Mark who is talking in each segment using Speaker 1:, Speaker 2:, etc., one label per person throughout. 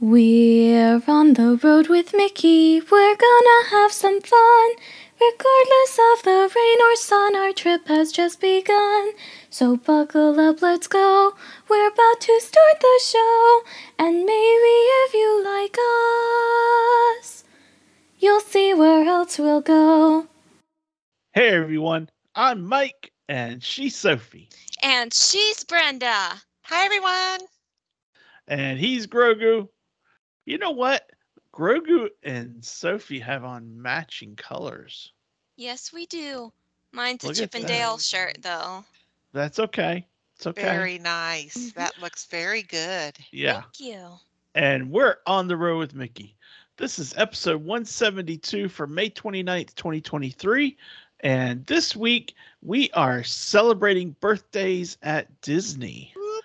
Speaker 1: We're on the road with Mickey. We're gonna have some fun. Regardless of the rain or sun, our trip has just begun. So buckle up, let's go. We're about to start the show. And maybe if you like us, you'll see where else we'll go.
Speaker 2: Hey everyone, I'm Mike and she's Sophie.
Speaker 3: And she's Brenda.
Speaker 4: Hi, everyone.
Speaker 2: And he's Grogu. You know what? Grogu and Sophie have on matching colors.
Speaker 3: Yes, we do. Mine's a
Speaker 2: Look at
Speaker 3: Chip and
Speaker 2: that.
Speaker 3: Dale shirt, though.
Speaker 2: That's okay. It's okay.
Speaker 4: Very nice.
Speaker 3: Mm-hmm.
Speaker 4: That looks very good.
Speaker 2: yeah.
Speaker 3: Thank you.
Speaker 2: And we're on the road with Mickey. This is episode 172 for May 29th, 2023. And this week we are celebrating birthdays at Disney.
Speaker 4: Whoop.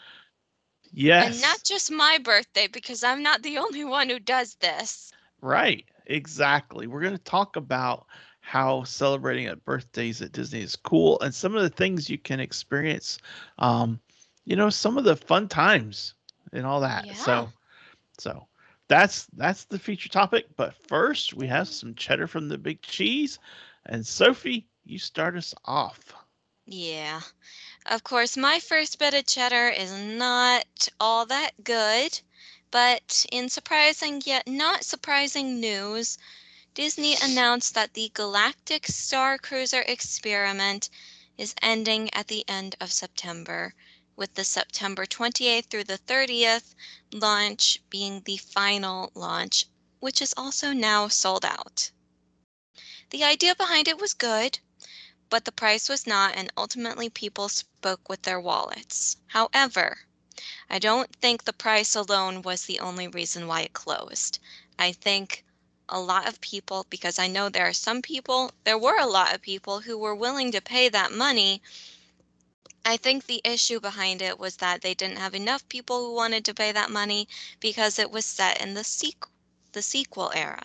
Speaker 2: Yes.
Speaker 3: And not just my birthday, because I'm not the only one who does this.
Speaker 2: Right, exactly. We're going to talk about how celebrating at birthdays at Disney is cool and some of the things you can experience. Um, you know, some of the fun times and all that.
Speaker 3: Yeah.
Speaker 2: So, so that's that's the feature topic. But first, we have some cheddar from the Big Cheese, and Sophie, you start us off.
Speaker 3: Yeah. Of course, my first bit of cheddar is not all that good, but in surprising yet not surprising news, Disney announced that the Galactic Star Cruiser experiment is ending at the end of September, with the September 28th through the 30th launch being the final launch, which is also now sold out. The idea behind it was good but the price was not, and ultimately people spoke with their wallets. However, I don't think the price alone was the only reason why it closed. I think a lot of people, because I know there are some people, there were a lot of people who were willing to pay that money. I think the issue behind it was that they didn't have enough people who wanted to pay that money because it was set in the sequ- the sequel era.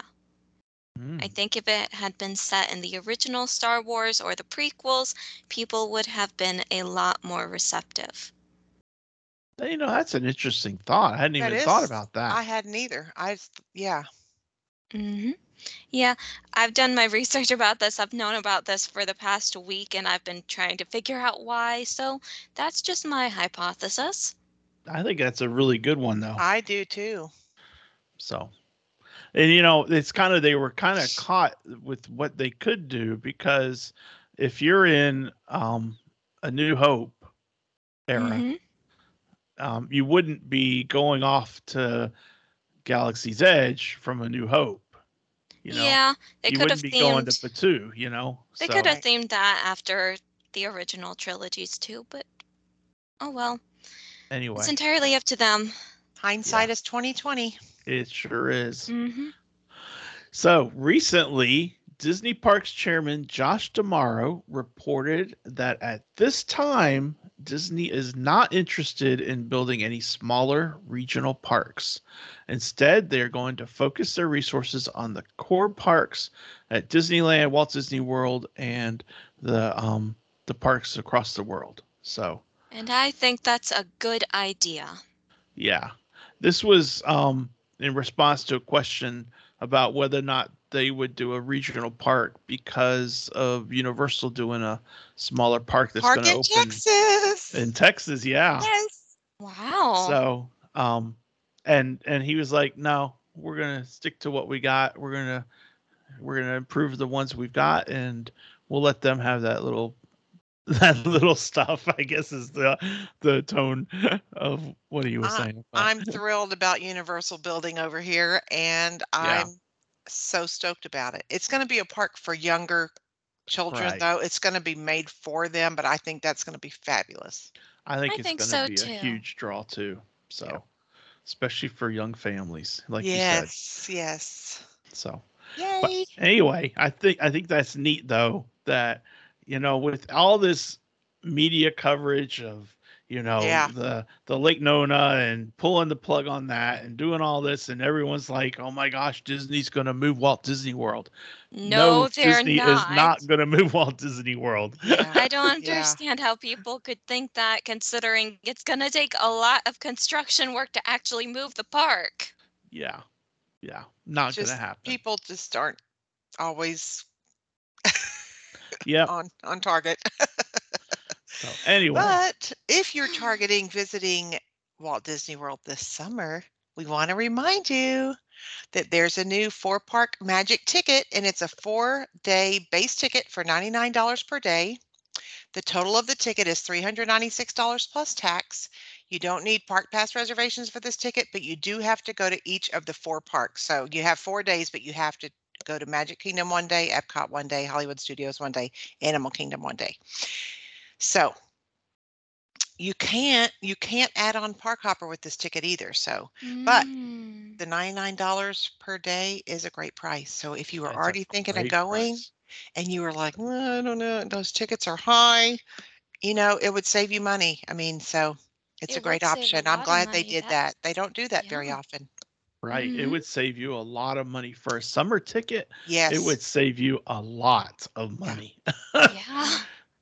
Speaker 2: Mm,
Speaker 3: I think if it had been set in the original Star Wars or the prequels, people would have been a lot more receptive.
Speaker 2: you know, that's an interesting thought. I hadn't
Speaker 4: That
Speaker 2: even thought
Speaker 4: is-
Speaker 2: about that.
Speaker 4: I hadn't either. I, s- yeah.
Speaker 3: hmm Yeah, I've done my research about this. I've known about this for the past week and I've been trying to figure out why. So that's just my hypothesis.
Speaker 2: I think that's a really good one, though.
Speaker 4: I do too.
Speaker 2: So, and you know, it's kind of they were kind of caught with what they could do because if you're in um, a New Hope era,
Speaker 3: Mhm.
Speaker 2: um, you wouldn't be going off to Galaxy's Edge from a New Hope. You know,
Speaker 3: yeah, they
Speaker 2: you
Speaker 3: could have
Speaker 2: wouldn't be going to
Speaker 3: themed
Speaker 2: Batu. You know,
Speaker 3: they
Speaker 2: so
Speaker 3: could have
Speaker 4: Right.
Speaker 3: themed that after the original trilogies too, but oh well.
Speaker 2: anyway,
Speaker 3: It's entirely up to them.
Speaker 4: Hindsight is twenty twenty.
Speaker 2: it sure is.
Speaker 3: Mhm.
Speaker 2: So recently, Disney Parks Chairman Josh Damaro reported that at this time, Disney is not interested in building any smaller regional parks. Instead, they are going to focus their resources on the core parks at Disneyland, Walt Disney World, and the um, the parks across the world. So
Speaker 3: And I think that's a good idea.
Speaker 2: yeah. This was um, in response to a question about whether or not they would do a regional park because of Universal doing a smaller park that's
Speaker 4: Park
Speaker 2: going to
Speaker 4: in
Speaker 2: open
Speaker 4: Texas.
Speaker 2: in Texas. Yeah.
Speaker 4: yes.
Speaker 3: Wow.
Speaker 2: So, um, and and he was like, no, we're gonna stick to what we got. We're gonna we're gonna improve the ones we've got, and we'll let them have that little that little stuff. I guess is the the tone of what he was
Speaker 4: I-
Speaker 2: saying. about-
Speaker 4: I'm thrilled about Universal building over here, and I'm so stoked about it. It's going to be a park for younger children,
Speaker 2: Right.
Speaker 4: though. It's going to be made for them, but I think that's going to be fabulous.
Speaker 2: I think
Speaker 3: I
Speaker 2: it's
Speaker 3: think
Speaker 2: going to
Speaker 3: so,
Speaker 2: be
Speaker 3: too.
Speaker 2: a huge draw too. So, especially for young families, like you
Speaker 4: yes. Yes.
Speaker 2: said. So, But-
Speaker 4: Yay.
Speaker 2: anyway, I think I think that's neat though that you know with all this media coverage of you know
Speaker 4: Yeah.
Speaker 2: the the Lake Nona and pulling the plug on that and doing all this and everyone's like, "Oh my gosh, Disney's going to move Walt Disney World."
Speaker 3: no, they're
Speaker 2: Disney
Speaker 3: not.
Speaker 2: is not going to move Walt Disney World.
Speaker 4: Yeah.
Speaker 3: I don't
Speaker 4: Yeah.
Speaker 3: understand how people could think that considering it's going to take a lot of construction work to actually move the park.
Speaker 2: Yeah. Yeah. Not
Speaker 4: just
Speaker 2: gonna happen.
Speaker 4: people just aren't always
Speaker 2: yep.
Speaker 4: on on target.
Speaker 2: So anyway,
Speaker 4: But if you're targeting visiting Walt Disney World this summer, we want to remind you that there's a new four park magic ticket and it's a four day base ticket for $99 per day. The total of the ticket is $396 plus tax. You don't need park pass reservations for this ticket, but you do have to go to each of the four parks. So you have four days, but you have to go to Magic Kingdom one day, Epcot one day, Hollywood Studios one day, Animal Kingdom one day. So you can't you can't add on Park Hopper with this ticket either. So but-
Speaker 3: Mm.
Speaker 4: the $99 per day is a great price. So if you were
Speaker 2: that's a
Speaker 4: already thinking of
Speaker 2: great
Speaker 4: going
Speaker 2: price.
Speaker 4: and you were like, "Mm, I don't know, those tickets are high, you know, it would save you money. I mean, so it's
Speaker 3: It
Speaker 4: a great
Speaker 3: would save a
Speaker 4: option.
Speaker 3: lot
Speaker 4: I'm
Speaker 3: of
Speaker 4: glad they
Speaker 3: money.
Speaker 4: did
Speaker 3: That's-
Speaker 4: that. They don't do that very
Speaker 3: yeah.
Speaker 4: often.
Speaker 2: right? It
Speaker 4: Mm-hmm.
Speaker 3: Mhm.
Speaker 2: would save you a lot of money for a summer ticket.
Speaker 4: Yes.
Speaker 2: It would save you a lot of money.
Speaker 3: yeah.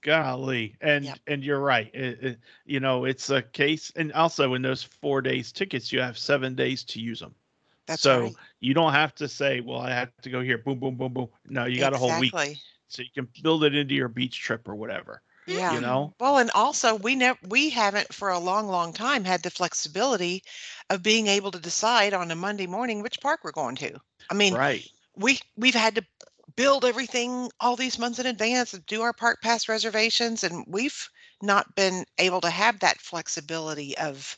Speaker 2: golly and
Speaker 4: Yep.
Speaker 2: and you're right It- it- you know it's a case and also in those four days tickets you have seven days to use them
Speaker 4: That's
Speaker 2: so
Speaker 4: right.
Speaker 2: you don't have to say well i have to go here boom boom boom boom no you got a whole week
Speaker 4: Exactly.
Speaker 2: so you can build it into your beach trip or whatever
Speaker 3: Mm-hmm.
Speaker 4: Yeah.
Speaker 2: you know
Speaker 4: Well, and also we never we haven't for a long, long time had the flexibility of being able to decide on a Monday morning which park we're going to. I mean,
Speaker 2: right
Speaker 4: we we've had to build everything all these months in advance and do our park pass reservations and we've not been able to have that flexibility of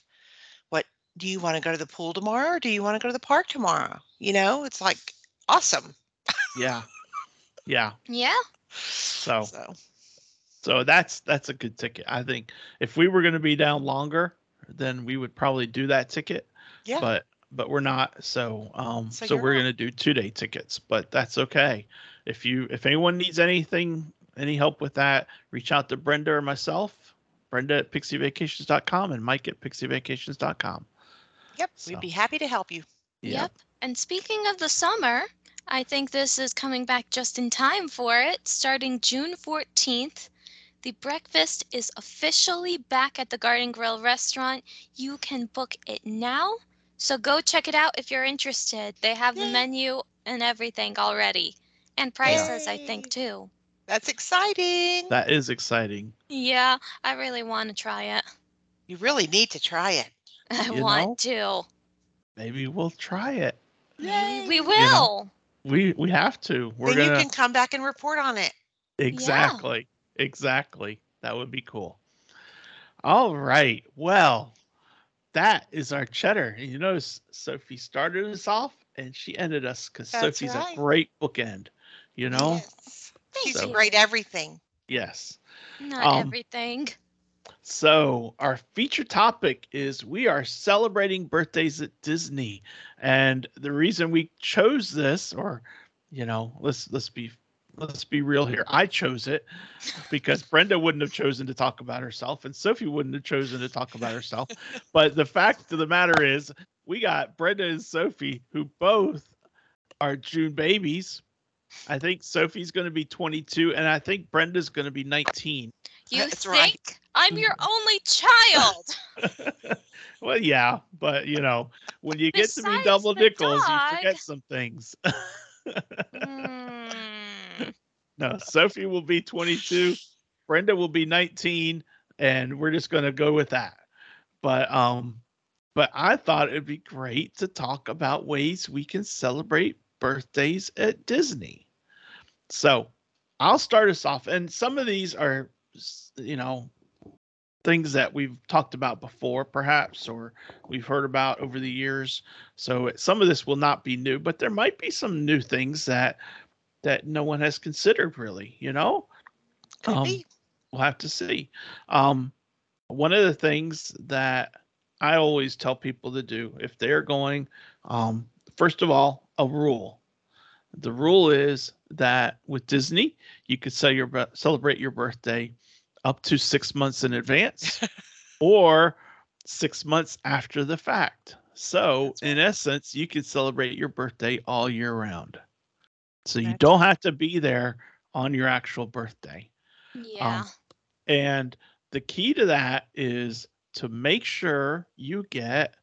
Speaker 4: what do you want to go to the pool tomorrow or do you want to go to the park tomorrow you know it's like awesome
Speaker 2: yeah yeah
Speaker 3: Yeah.
Speaker 2: so
Speaker 4: so
Speaker 2: so that's that's a good ticket i think if we were going to be down longer then we would probably do that ticket
Speaker 4: yeah
Speaker 2: but but we're not so um so,
Speaker 4: So you're
Speaker 2: we're
Speaker 4: not.
Speaker 2: going to do two day tickets but that's okay if you if anyone needs anything any help with that reach out to brenda or myself brenda at pixievacations.com and mike at pixievacations.com
Speaker 4: yep
Speaker 2: So.
Speaker 4: we'd be happy to help you
Speaker 3: Yep. And speaking of the summer, I think this is coming back just in time for it. Starting June 14th, the breakfast is officially back at the Garden Grill restaurant. You can book it now. So go check it out if you're interested. They have the
Speaker 4: Yay.
Speaker 3: menu and everything already, and prices, I think,
Speaker 4: Yay.
Speaker 3: too.
Speaker 4: that's exciting
Speaker 2: that is exciting
Speaker 3: Yeah, I really want to try it.
Speaker 4: you really need to try it
Speaker 3: I
Speaker 2: You
Speaker 3: want to.
Speaker 2: maybe we'll try it
Speaker 3: Maybe we
Speaker 4: Yay.
Speaker 3: will.
Speaker 2: we we have to we're
Speaker 4: then
Speaker 2: going
Speaker 4: you
Speaker 2: to
Speaker 4: can come back and report on it
Speaker 2: Exactly. Exactly. That would be cool. All right. Well, that is our cheddar. And you notice Sophie started us off and she ended us because
Speaker 4: That's
Speaker 2: Sophie's
Speaker 4: right.
Speaker 2: a great bookend. You know?
Speaker 4: yes.
Speaker 3: Thank
Speaker 4: she's
Speaker 2: So-
Speaker 4: a
Speaker 3: you.
Speaker 4: great everything
Speaker 2: Yes.
Speaker 3: Not
Speaker 2: Um,
Speaker 3: everything.
Speaker 2: So, our feature topic is we are celebrating birthdays at Disney. And the reason we chose this or you know, let's let's be let's be real here. I chose it because Brenda wouldn't have chosen to talk about herself and Sophie wouldn't have chosen to talk about herself. But the fact of the matter is, we got Brenda and Sophie who both are June babies. I think Sophie's going to be 22 and I think Brenda's going to be 19.
Speaker 3: You
Speaker 4: That's
Speaker 3: think
Speaker 4: right.
Speaker 3: I'm your
Speaker 2: Hmm.
Speaker 3: only child?
Speaker 2: Well, yeah, but you know, when you get to be
Speaker 3: Besides
Speaker 2: double
Speaker 3: the
Speaker 2: nickels,
Speaker 3: dog.
Speaker 2: you forget some things.
Speaker 3: Mm.
Speaker 2: No, Uh, Sophie will be 22, Brenda will be 19, and we're just going to go with that. But um but I thought it'd be great to talk about ways we can celebrate birthdays at Disney. So, I'll start us off and some of these are s- you know things that we've talked about before perhaps or we've heard about over the years. So, some of this will not be new, but there might be some new things that that no one has considered really you know
Speaker 4: could
Speaker 2: Um,
Speaker 4: be
Speaker 2: we'll have to see um one of the things that i always tell people to do if they're going um first of all a rule the rule is that with disney you could sell your bir- celebrate your birthday up to six months in advance or six months after the fact so
Speaker 4: That's right.
Speaker 2: in essence you can celebrate your birthday all year round so you
Speaker 4: That's
Speaker 2: don't have to be there on your actual birthday.
Speaker 3: Yeah.
Speaker 2: Um, And the key to that is to make sure you get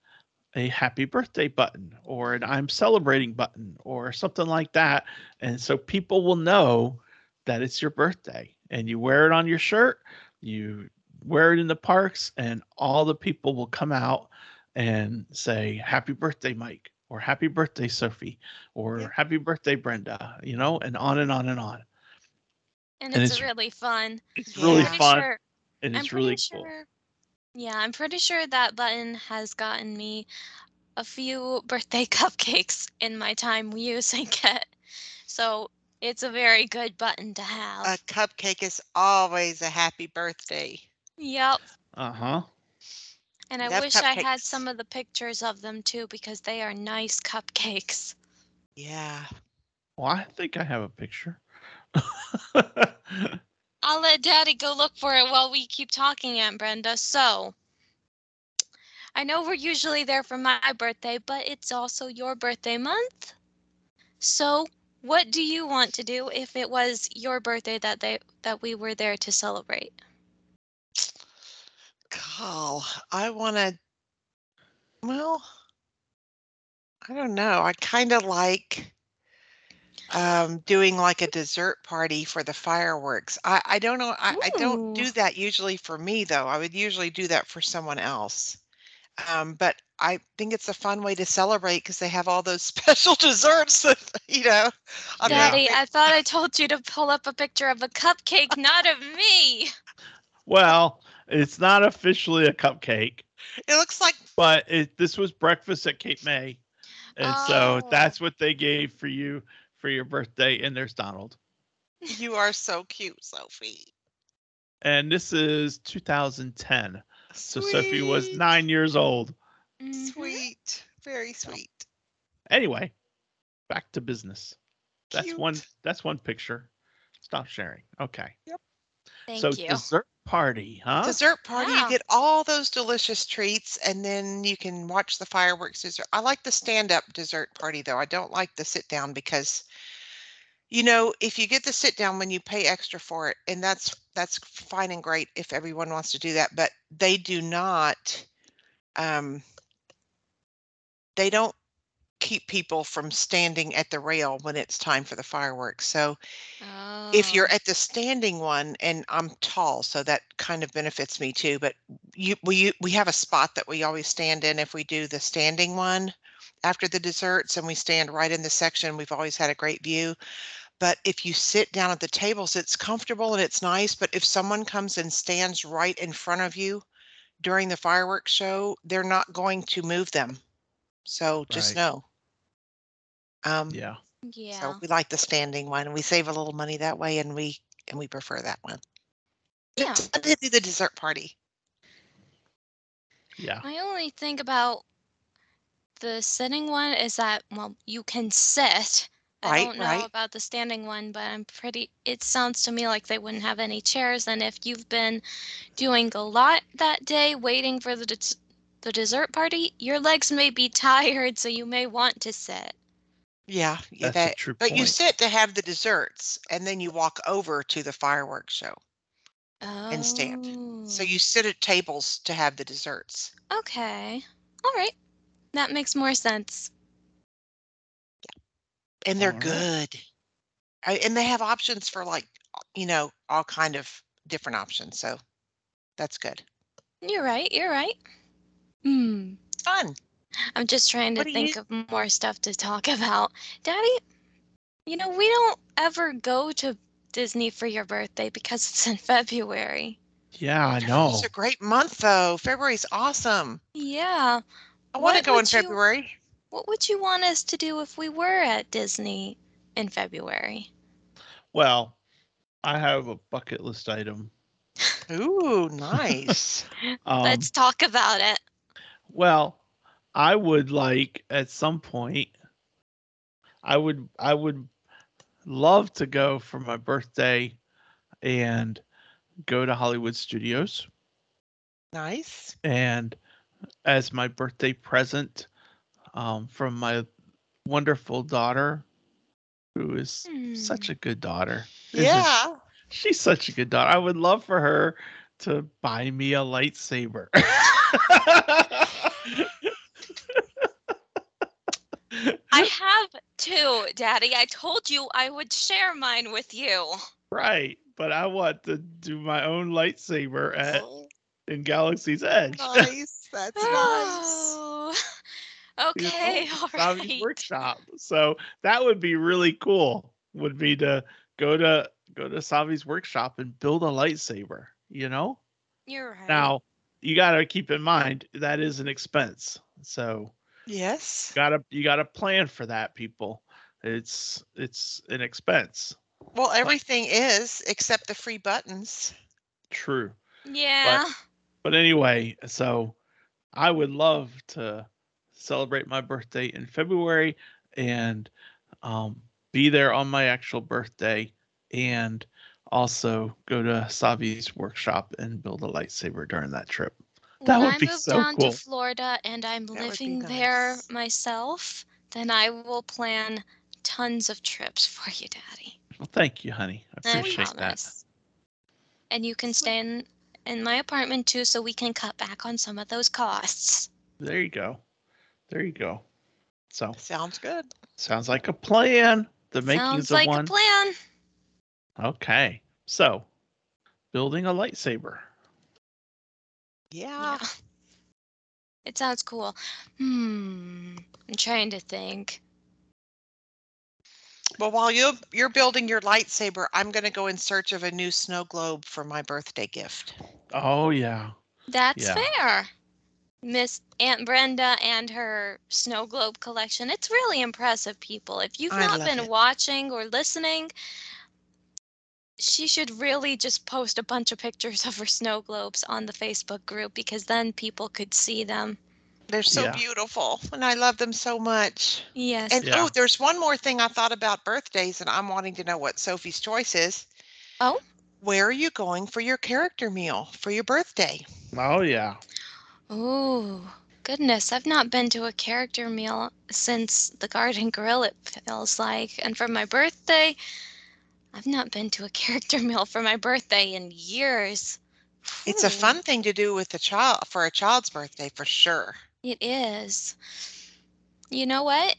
Speaker 2: a happy birthday button or an I'm celebrating button or something like that. And so people will know that it's your birthday and you wear it on your shirt, you wear it in the parks, and all the people will come out and say, Happy birthday, Mike, or Happy birthday, Sophie, or
Speaker 4: Yeah.
Speaker 2: Happy birthday, Brenda, you know, and on and on and on.
Speaker 3: And,
Speaker 2: And
Speaker 3: it's,
Speaker 2: it's-
Speaker 3: really fun.
Speaker 2: It's really
Speaker 3: I'm pretty
Speaker 2: fun.
Speaker 3: sure-
Speaker 2: And
Speaker 3: I'm
Speaker 2: it's really
Speaker 3: pretty
Speaker 2: cool.
Speaker 3: sure- Yeah, I'm pretty sure that button has gotten me a few birthday cupcakes in my time using it. So it's a very good button to have.
Speaker 4: A cupcake is always a happy birthday.
Speaker 3: yep.
Speaker 2: Uh huh.
Speaker 3: And I
Speaker 4: Love
Speaker 3: wish I had
Speaker 4: cupcakes.
Speaker 3: some of the pictures of them too because they are nice cupcakes.
Speaker 4: Yeah.
Speaker 2: Well, I think I have a picture.
Speaker 3: I'll let Daddy go look for it while we keep talking, Aunt Brenda. So, I know we're usually there for my birthday, but it's also your birthday month. So, what do you want to do if it was your birthday that they that we were there to celebrate?
Speaker 4: Call. I want to. Well, I don't know. I kind of like um, doing like a dessert party for the fireworks. I, I don't know. I, I don't
Speaker 3: Ooh.
Speaker 4: do that usually for me, though. I would usually do that for someone else. Um, but I think it's a fun way to celebrate because they have all those special desserts that, you know. I'm not
Speaker 3: Daddy, I thought I told you to pull up a picture of a cupcake, not of me.
Speaker 2: well, it's not officially a cupcake,
Speaker 4: big- it looks like
Speaker 2: but it, this was breakfast at Cape May. And so
Speaker 3: Oh.
Speaker 2: that's what they gave for you for your birthday. And there's Donald.
Speaker 4: you are so cute, Sophie.
Speaker 2: And this is 2010. So Sophie was
Speaker 4: Sweet.
Speaker 2: nine years old. Mm-hmm.
Speaker 3: Mhm.
Speaker 4: Sweet. Very sweet.
Speaker 2: Anyway, back to business. That's
Speaker 4: Cute.
Speaker 2: one that's one picture. Stop sharing. Okay.
Speaker 3: Thank
Speaker 2: so
Speaker 3: you.
Speaker 2: dessert party, huh?
Speaker 4: dessert party.
Speaker 3: Yeah.
Speaker 4: You get all those delicious treats, and then you can watch the fireworks dessert. I like the stand-up dessert party though. I don't like the sit-down because, you know, if you get the sit-down when you pay extra for it, and that's that's fine and great if everyone wants to do that, but they do not. Um, they don't keep people from standing at the rail when it's time for the fireworks. So if you're
Speaker 3: Oh.
Speaker 4: at the standing one and I'm tall, so that kind of benefits me too, but you we we have a spot that we always stand in if we do the standing one after the desserts and we stand right in the section. We've always had a great view. But if you sit down at the tables, it's comfortable and it's nice, but if someone comes and stands right in front of you during the fireworks show, they're not going to move them. So just
Speaker 2: Right.
Speaker 4: know. Um
Speaker 2: Yeah.
Speaker 3: yeah.
Speaker 4: so we like the standing one. We save a little money that way, and we and we prefer that one.
Speaker 3: Yeah.
Speaker 4: It's fun to do the dessert party.
Speaker 2: Yeah.
Speaker 3: My only thing about the sitting one is that well, you can sit. I
Speaker 4: Right,
Speaker 3: don't know
Speaker 4: right.
Speaker 3: about the standing one, but I'm pretty. It sounds to me like they wouldn't have any chairs. And if you've been doing a lot that day, waiting for the des- the dessert party, your legs may be tired, so you may want to sit.
Speaker 4: Yeah, yeah.
Speaker 2: That's a
Speaker 4: That,
Speaker 2: true
Speaker 4: but you
Speaker 2: point.
Speaker 4: sit to have the desserts, and then you walk over to the fireworks show.
Speaker 3: Oh.
Speaker 4: stand. So
Speaker 3: Mm.
Speaker 4: you sit at tables to have the desserts.
Speaker 3: Oh, Okay. All right. That makes more sense.
Speaker 4: and they're
Speaker 2: All right.
Speaker 4: good I, and they have options for like you know all kind of different options so that's good
Speaker 3: You're right. You're right. Hmm.
Speaker 4: it's fun
Speaker 3: I'm just trying to
Speaker 4: What do
Speaker 3: think
Speaker 4: you-
Speaker 3: of more stuff to talk about. Daddy, you know, we don't ever go to Disney for your birthday because it's in February.
Speaker 2: Yeah, I know.
Speaker 4: it's a great month though february's awesome
Speaker 3: Yeah.
Speaker 4: i want to
Speaker 3: What
Speaker 4: go in
Speaker 3: would you-
Speaker 4: february
Speaker 3: What would you want us to do if we were at Disney in February?
Speaker 2: Well, I have a bucket list item.
Speaker 4: ooh nice
Speaker 2: Um,
Speaker 3: Let's talk about it.
Speaker 2: Well, I would like at some point I would I would love to go for my birthday and go to Hollywood Studios
Speaker 4: nice
Speaker 2: and as my birthday present um, from my wonderful daughter who is such
Speaker 3: Hmm.
Speaker 2: a good daughter. Isn't
Speaker 4: yeah
Speaker 2: she? She's such a good daughter. I would love for her to buy me a lightsaber.
Speaker 3: I have two, Daddy. I told you I would share mine with you.
Speaker 2: right, but I want to do my own lightsaber at in Galaxy's Edge.
Speaker 4: Oh, nice. That's nice.
Speaker 3: Oh.
Speaker 2: It's
Speaker 3: Okay,
Speaker 2: all
Speaker 3: all
Speaker 2: Savvy's
Speaker 3: right.
Speaker 2: Workshop. So that would be really cool. Would be to go to go to Savi's workshop and build a lightsaber. You know.
Speaker 3: You're right.
Speaker 2: Now you got to keep in mind that is an expense. So
Speaker 4: Yes.
Speaker 2: got to you got to plan for that, people. It's it's an expense.
Speaker 4: Well, everything is except the free buttons.
Speaker 2: True.
Speaker 3: yeah.
Speaker 2: But anyway, so I would love to celebrate my birthday in February and um, be there on my actual birthday and also go to Savi's workshop and build a lightsaber during that trip. That
Speaker 3: when
Speaker 2: would
Speaker 3: I
Speaker 2: be
Speaker 3: move
Speaker 2: so
Speaker 3: down
Speaker 2: cool.
Speaker 3: to Florida and I'm
Speaker 4: That would be
Speaker 3: living there
Speaker 4: nice.
Speaker 3: myself, then I will plan tons of trips for you, Daddy.
Speaker 2: Well, thank you, honey. I
Speaker 3: I
Speaker 2: appreciate that.
Speaker 3: promise. And you can stay in in my apartment too, so we can cut back on some of those costs.
Speaker 2: There you go. There you go. So
Speaker 4: Sounds good.
Speaker 2: sounds like a plan. The makings
Speaker 3: Sounds
Speaker 2: of
Speaker 3: like
Speaker 2: one.
Speaker 3: a plan.
Speaker 2: Okay. So building a lightsaber.
Speaker 4: Yeah.
Speaker 3: Yeah. It sounds cool. Hmm. I'm trying to think.
Speaker 4: Well, while you're you're building your lightsaber, I'm going to go in search of a new snow globe for my birthday gift.
Speaker 2: Oh yeah.
Speaker 3: That's
Speaker 2: Yeah.
Speaker 3: fair. Miss Aunt Brenda and her snow globe collection. It's really impressive, people. If you've
Speaker 4: I
Speaker 3: not
Speaker 4: love
Speaker 3: been
Speaker 4: it.
Speaker 3: watching or listening, she should really just post a bunch of pictures of her snow globes on the Facebook group because then people could see them.
Speaker 4: They're so
Speaker 2: Yeah.
Speaker 4: beautiful, and I love them so much.
Speaker 3: Yes.
Speaker 4: And
Speaker 2: Yeah.
Speaker 4: oh, there's one more thing I thought about birthdays, and I'm wanting to know what Sophie's choice is.
Speaker 3: Oh?
Speaker 4: Where are you going for your character meal for your birthday?
Speaker 2: Oh yeah.
Speaker 3: Ooh, goodness. I've not been to a character meal since the Garden Grill, it feels like. And for my birthday, I've not been to a character meal for my birthday in years.
Speaker 4: It's a
Speaker 3: Phew.
Speaker 4: fun thing to do with a child for a child's birthday for sure.
Speaker 3: It is. You know what?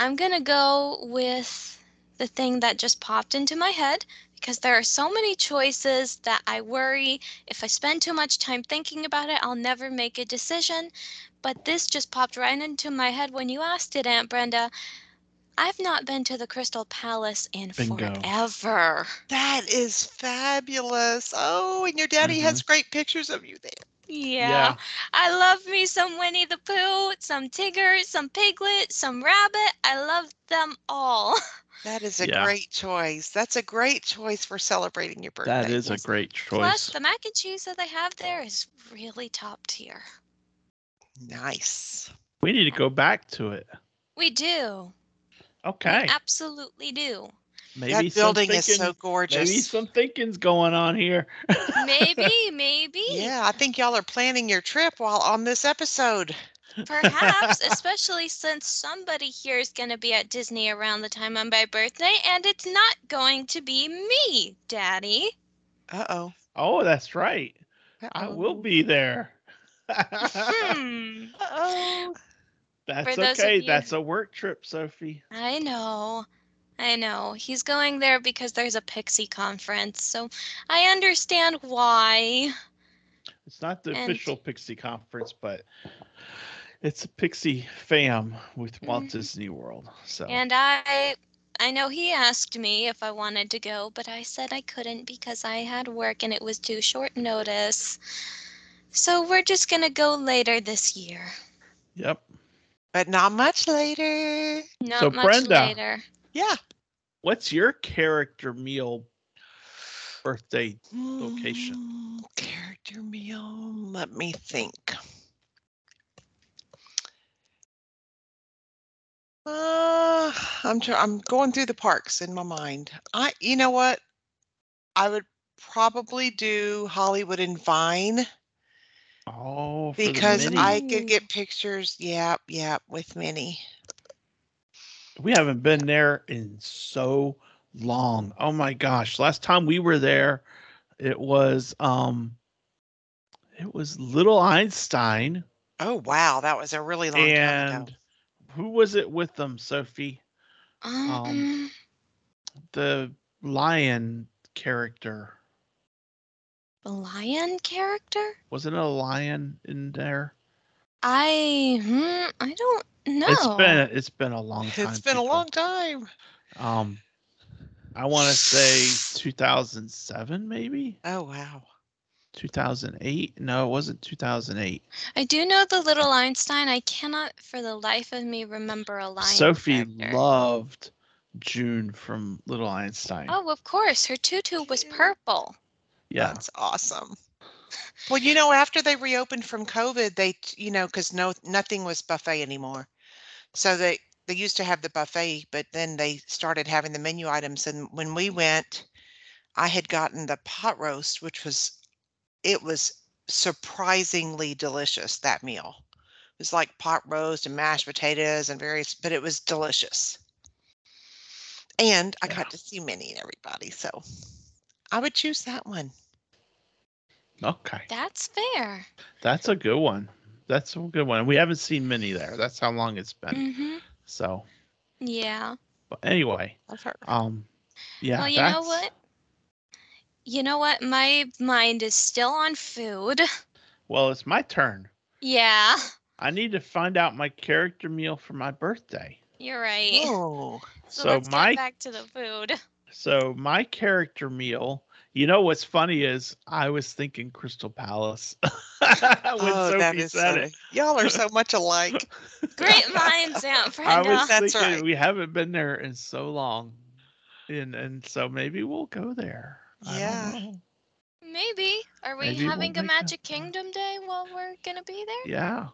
Speaker 3: I'm going to go with the thing that just popped into my head because there are so many choices that I worry if I spend too much time thinking about it, I'll never make a decision. But this just popped right into my head when you asked it, Aunt Brenda. I've not been to the Crystal Palace in
Speaker 2: Bingo.
Speaker 3: forever.
Speaker 4: That is fabulous. Oh, and your daddy has great pictures of you there.
Speaker 3: Yeah. I love me some Winnie the Pooh, some Tigger, some Piglet, some Rabbit. I love them all.
Speaker 4: That is a
Speaker 2: Yeah.
Speaker 4: great choice. That's a great choice for celebrating your birthday.
Speaker 2: that is a
Speaker 3: yes.
Speaker 2: great choice.
Speaker 3: Plus, the mac and cheese that they have there is really top tier.
Speaker 4: nice.
Speaker 2: we need to go back to it.
Speaker 3: We do.
Speaker 2: Okay.
Speaker 3: We absolutely do.
Speaker 2: Maybe
Speaker 4: that building
Speaker 2: some
Speaker 4: is so
Speaker 2: thinking-
Speaker 4: gorgeous.
Speaker 2: Maybe some thinking's going on here.
Speaker 3: Maybe, maybe,
Speaker 4: yeah, I think y'all are planning your trip while on this episode.
Speaker 3: perhaps, especially since somebody here is going to be at Disney around the time of my birthday, and it's not going to be me, Daddy.
Speaker 4: Uh oh.
Speaker 2: Oh, that's right. I
Speaker 3: Oh.
Speaker 2: will be there.
Speaker 3: Hmm.
Speaker 4: Uh oh.
Speaker 2: that's
Speaker 3: For those of
Speaker 2: okay.
Speaker 3: you-
Speaker 2: That's a work trip, Sophie.
Speaker 3: I know. I know. He's going there because there's a Pixie conference, so I understand why.
Speaker 2: It's not the
Speaker 3: And-
Speaker 2: official Pixie conference, but it's a Pixie fam with Walt
Speaker 3: Mhm.
Speaker 2: Disney World. So
Speaker 3: And I I know he asked me if I wanted to go, but I said I couldn't because I had work and it was too short notice. So we're just going to go later this year.
Speaker 2: yep.
Speaker 4: But not much later.
Speaker 3: Not
Speaker 2: So,
Speaker 3: much
Speaker 2: Brenda.
Speaker 3: later.
Speaker 4: Yeah.
Speaker 2: What's your character meal birthday? Location.
Speaker 4: Mm, Character meal. Let me think. Uh, I'm tr- I'm going through the parks in my mind. I you know what? I would probably do Hollywood and Vine
Speaker 2: Oh, for the
Speaker 4: because
Speaker 2: mini.
Speaker 4: I could
Speaker 3: Ooh.
Speaker 4: get pictures. Yeah, yeah, with Minnie.
Speaker 2: We haven't been there in so long. Oh my gosh. Last time we were there, it was um it was Little Einstein
Speaker 4: Oh wow, that was a really long time ago.
Speaker 2: and who was it with them, Sophie?
Speaker 3: Um,
Speaker 2: Um, The lion character.
Speaker 3: the lion character?
Speaker 2: Wasn't it a lion in there?
Speaker 3: I hmm, I don't know.
Speaker 2: It's been it's been a long time.
Speaker 4: It's been a
Speaker 2: people.
Speaker 4: long time.
Speaker 2: Um, I want to say 2007, maybe
Speaker 4: Oh wow.
Speaker 2: 2008. No, it wasn't 2008.
Speaker 3: I do know the little Einstein. I cannot for the life of me remember a lion
Speaker 2: Sophie
Speaker 3: character.
Speaker 2: loved June from Little Einstein.
Speaker 3: Oh, of course. Her tutu was purple.
Speaker 2: yeah,
Speaker 4: That's awesome. Well, you know, after they reopened from COVID, they, t- you know, because no, nothing was buffet anymore. So they, they used to have the buffet, but then they started having the menu items. And when we went, I had gotten the pot roast, which was, it was surprisingly delicious, that meal. It was like pot roast and mashed potatoes and various, but it was delicious. And I
Speaker 2: Yeah.
Speaker 4: got to see Minnie and everybody. So I would choose that one.
Speaker 2: okay,
Speaker 3: That's fair.
Speaker 2: that's a good one. That's a good one. We haven't seen many there. That's how long it's been.
Speaker 3: hmm
Speaker 2: So,
Speaker 3: Yeah.
Speaker 2: but anyway,
Speaker 4: Love her.
Speaker 2: um, yeah.
Speaker 3: well, you know
Speaker 2: that's-
Speaker 3: what? You know what? My mind is still on food.
Speaker 2: Well, it's my turn.
Speaker 3: Yeah,
Speaker 2: I need to find out my character meal for my birthday.
Speaker 3: you're right.
Speaker 4: Oh.
Speaker 3: So,
Speaker 2: so
Speaker 3: let's
Speaker 2: my
Speaker 3: get back to the food.
Speaker 2: So my character meal, you know what's funny is I was thinking Crystal Palace when
Speaker 4: oh, that
Speaker 2: Sophie
Speaker 4: is
Speaker 2: said
Speaker 4: funny. Y'all are so much alike.
Speaker 2: it.
Speaker 3: Great minds out,
Speaker 2: I
Speaker 3: Brenda.
Speaker 2: was
Speaker 4: That's
Speaker 2: thinking
Speaker 4: right.
Speaker 2: we haven't been there in so long, and and so maybe we'll go there. I don't
Speaker 4: Yeah.
Speaker 2: know.
Speaker 3: Maybe. Are we
Speaker 2: Maybe we'll
Speaker 3: having a
Speaker 2: make that
Speaker 3: Magic Kingdom day while we're gonna be there?
Speaker 2: yeah,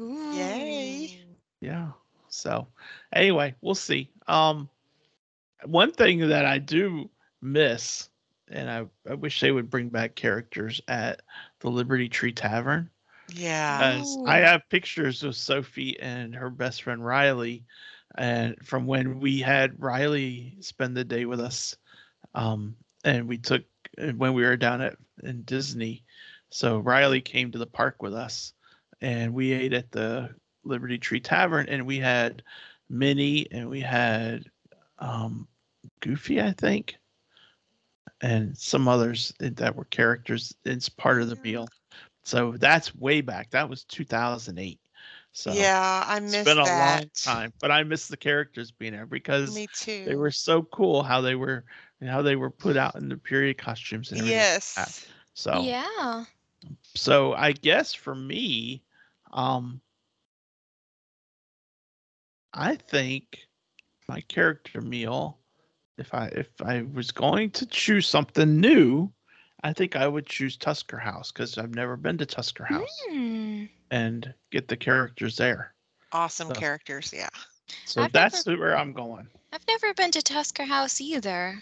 Speaker 3: Ooh.
Speaker 4: Yay.
Speaker 2: yeah. So anyway, we'll see. Um, one thing that I do miss, and I, I wish they would bring back characters at the Liberty Tree Tavern.
Speaker 4: Yeah.
Speaker 2: As I
Speaker 3: Ooh.
Speaker 2: have pictures of Sophie and her best friend Riley, and from when we had Riley spend the day with us, um, and we took and when we were down at in Disney, so Riley came to the park with us, and we ate at the Liberty Tree Tavern, and we had Minnie and we had um, Goofy, I think, and some others that were characters. It's part of the meal. So that's way back. That was 2008. So
Speaker 4: yeah, I
Speaker 2: uh, it's
Speaker 4: missed
Speaker 2: been a
Speaker 4: that.
Speaker 2: long time, but I miss the characters being there because
Speaker 4: Me too.
Speaker 2: they were so cool how they were and how they were put out in the period costumes and everything.
Speaker 4: Yes.
Speaker 2: So
Speaker 3: Yeah.
Speaker 2: so I guess for me, um, I think my character meal, if I if I was going to choose something new, I think I would choose Tusker House because I've never been to Tusker House
Speaker 3: Hmm.
Speaker 2: and get the characters there.
Speaker 4: Awesome
Speaker 2: So-
Speaker 4: characters. Yeah.
Speaker 2: So
Speaker 3: I've
Speaker 2: that's where I'm going.
Speaker 3: I've never been to Tusker House either.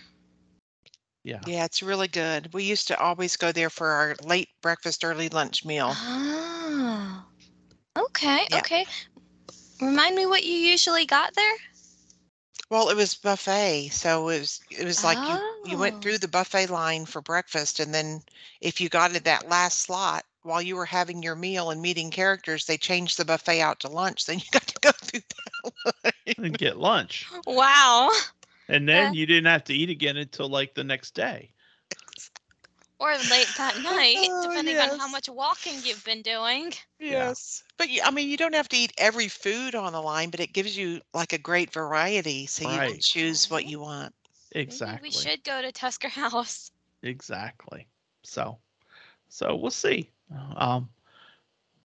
Speaker 2: Yeah.
Speaker 4: Yeah, it's really good. We used to always go there for our late breakfast, early lunch meal.
Speaker 3: Oh. Okay.
Speaker 4: Yeah.
Speaker 3: Okay. Remind me what you usually got there.
Speaker 4: Well, it was buffet, so it was it was like you you
Speaker 3: Oh.
Speaker 4: went through the buffet line for breakfast, and then if you got at that last slot while you were having your meal and meeting characters, they changed the buffet out to lunch. Then you got to go through
Speaker 2: And get lunch.
Speaker 3: Wow.
Speaker 2: And
Speaker 3: Uh.
Speaker 2: then you didn't have to eat again until like the next day.
Speaker 3: Or late that night,
Speaker 4: Oh,
Speaker 3: depending on how
Speaker 4: yes.
Speaker 3: much walking you've been doing.
Speaker 4: Yes. But you, I mean, you don't have to eat every food on the line, but it gives you like a great variety. So you can
Speaker 2: Right.
Speaker 4: choose what
Speaker 3: Mhm.
Speaker 4: you want.
Speaker 2: Exactly.
Speaker 3: Maybe we should go to Tusker House.
Speaker 2: Exactly. So so we'll see. Um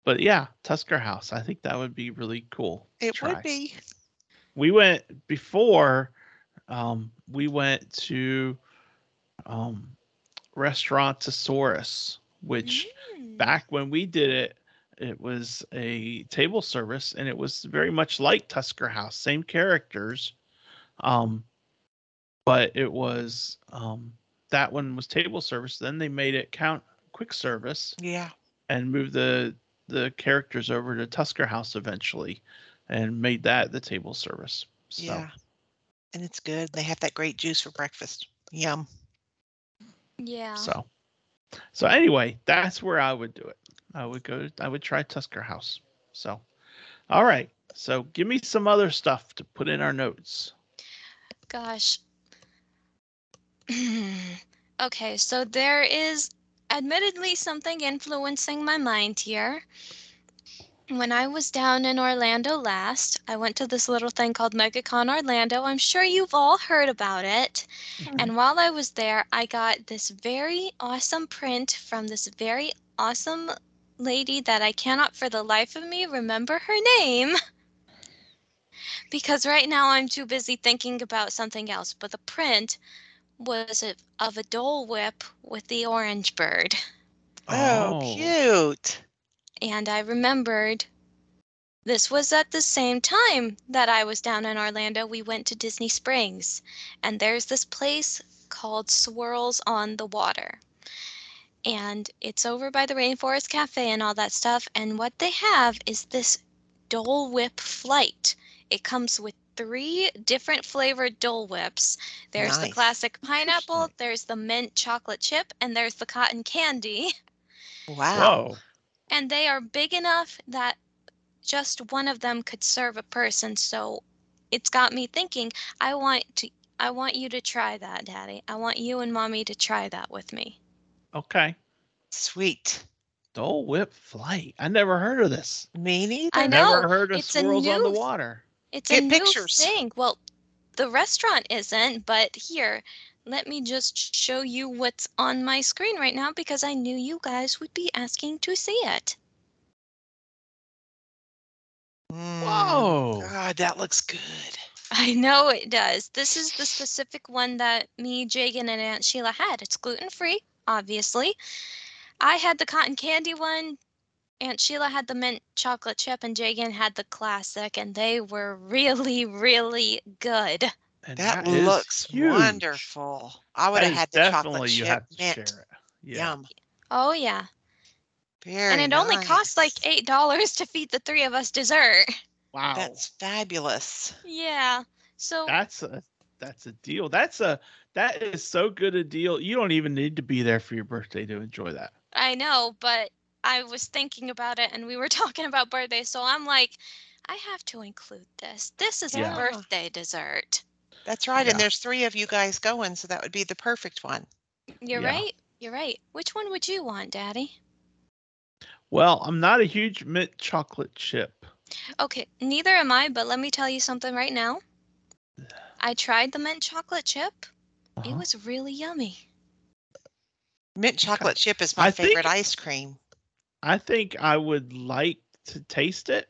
Speaker 2: but yeah, Tusker House. I think that would be really cool. to
Speaker 4: It
Speaker 2: try.
Speaker 4: would be.
Speaker 2: We went before um we went to um restaurant Thesaurus, which
Speaker 3: Mm.
Speaker 2: back when we did it it was a table service and it was very much like tusker house same characters um but it was um that one was table service then they made it count quick service
Speaker 4: Yeah.
Speaker 2: and moved the the characters over to tusker house eventually and made that the table service so
Speaker 4: Yeah. And it's good. They have that great juice for breakfast. Yum.
Speaker 3: Yeah.
Speaker 2: so so anyway that's where i would do it i would go i would try tusker house so all right So give me some other stuff to put in our notes.
Speaker 3: Gosh. okay, so there is admittedly something influencing my mind here. When I was down in Orlando last, I went to this little thing called MegaCon Orlando. I'm sure you've all heard about it. And while I was there, I got this very awesome print from this very awesome lady that I cannot for the life of me remember her name. Because right now I'm too busy thinking about something else. But the print was a, of a Dole Whip with the orange bird.
Speaker 4: Oh, cute.
Speaker 3: And I remembered this was at the same time that I was down in Orlando. We went to Disney Springs, and there's this place called Swirls on the Water. And it's over by the Rainforest Cafe and all that stuff. And what they have is this Dole Whip flight. It comes with three different flavored Dole Whips. There's the
Speaker 4: Nice.
Speaker 3: classic pineapple,
Speaker 4: Interesting.
Speaker 3: there's the mint chocolate chip, and there's the cotton candy.
Speaker 4: Wow.
Speaker 2: Oh, Whoa.
Speaker 3: And they are big enough that just one of them could serve a person. So it's got me thinking, I want to I want you to try that, Daddy. I want you and Mommy to try that with me.
Speaker 2: Okay.
Speaker 4: Sweet.
Speaker 2: Dole Whip Flight. I never heard of this.
Speaker 4: Me neither.
Speaker 3: I know.
Speaker 2: Never heard of
Speaker 3: it's a
Speaker 2: swirls on the
Speaker 3: new-
Speaker 2: water.
Speaker 3: It's a
Speaker 4: Get
Speaker 3: new
Speaker 4: pictures.
Speaker 3: thing. Well, the restaurant isn't, but here, let me just show you what's on my screen right now because I knew you guys would be asking to see it.
Speaker 4: Mm,
Speaker 2: Whoa.
Speaker 4: God, that looks good.
Speaker 3: I know it does. This is the specific one that me, Jagan, and Aunt Sheila had. It's gluten free, obviously. I had the cotton candy one. Aunt Sheila had the mint chocolate chip, and Jagan had the classic, and they were really, really good.
Speaker 2: And
Speaker 4: That,
Speaker 2: is
Speaker 4: looks
Speaker 2: huge.
Speaker 4: wonderful. I would
Speaker 2: That
Speaker 4: have
Speaker 2: is
Speaker 4: had the
Speaker 2: definitely
Speaker 4: chocolate
Speaker 2: you
Speaker 4: chip
Speaker 2: have to
Speaker 4: mint.
Speaker 2: share it. Yeah.
Speaker 4: Yum.
Speaker 3: Oh, yeah.
Speaker 4: Very
Speaker 3: And it only cost like
Speaker 4: nice.
Speaker 3: $8 to feed the three of us dessert.
Speaker 2: Wow.
Speaker 4: That's fabulous.
Speaker 3: Yeah. So,
Speaker 2: that's a that's a deal. That's a that is so good a deal. You don't even need to be there for your birthday to enjoy that.
Speaker 3: I know, but I was thinking about it and we were talking about birthday, so I'm like, I have to include this. This is
Speaker 2: Yeah.
Speaker 3: a birthday dessert.
Speaker 4: That's right.
Speaker 2: Yeah.
Speaker 4: And there's three of you guys going, so that would be the perfect one.
Speaker 3: You're
Speaker 2: Yeah.
Speaker 3: right. You're right. Which one would you want, Daddy?
Speaker 2: Well, I'm not a huge mint chocolate chip.
Speaker 3: Okay, neither am I, but let me tell you something right now. I tried the mint chocolate chip. It
Speaker 2: Uh-huh.
Speaker 3: was really yummy.
Speaker 4: Mint chocolate chip is my
Speaker 2: I think-
Speaker 4: favorite ice cream.
Speaker 2: I think I would like to taste it,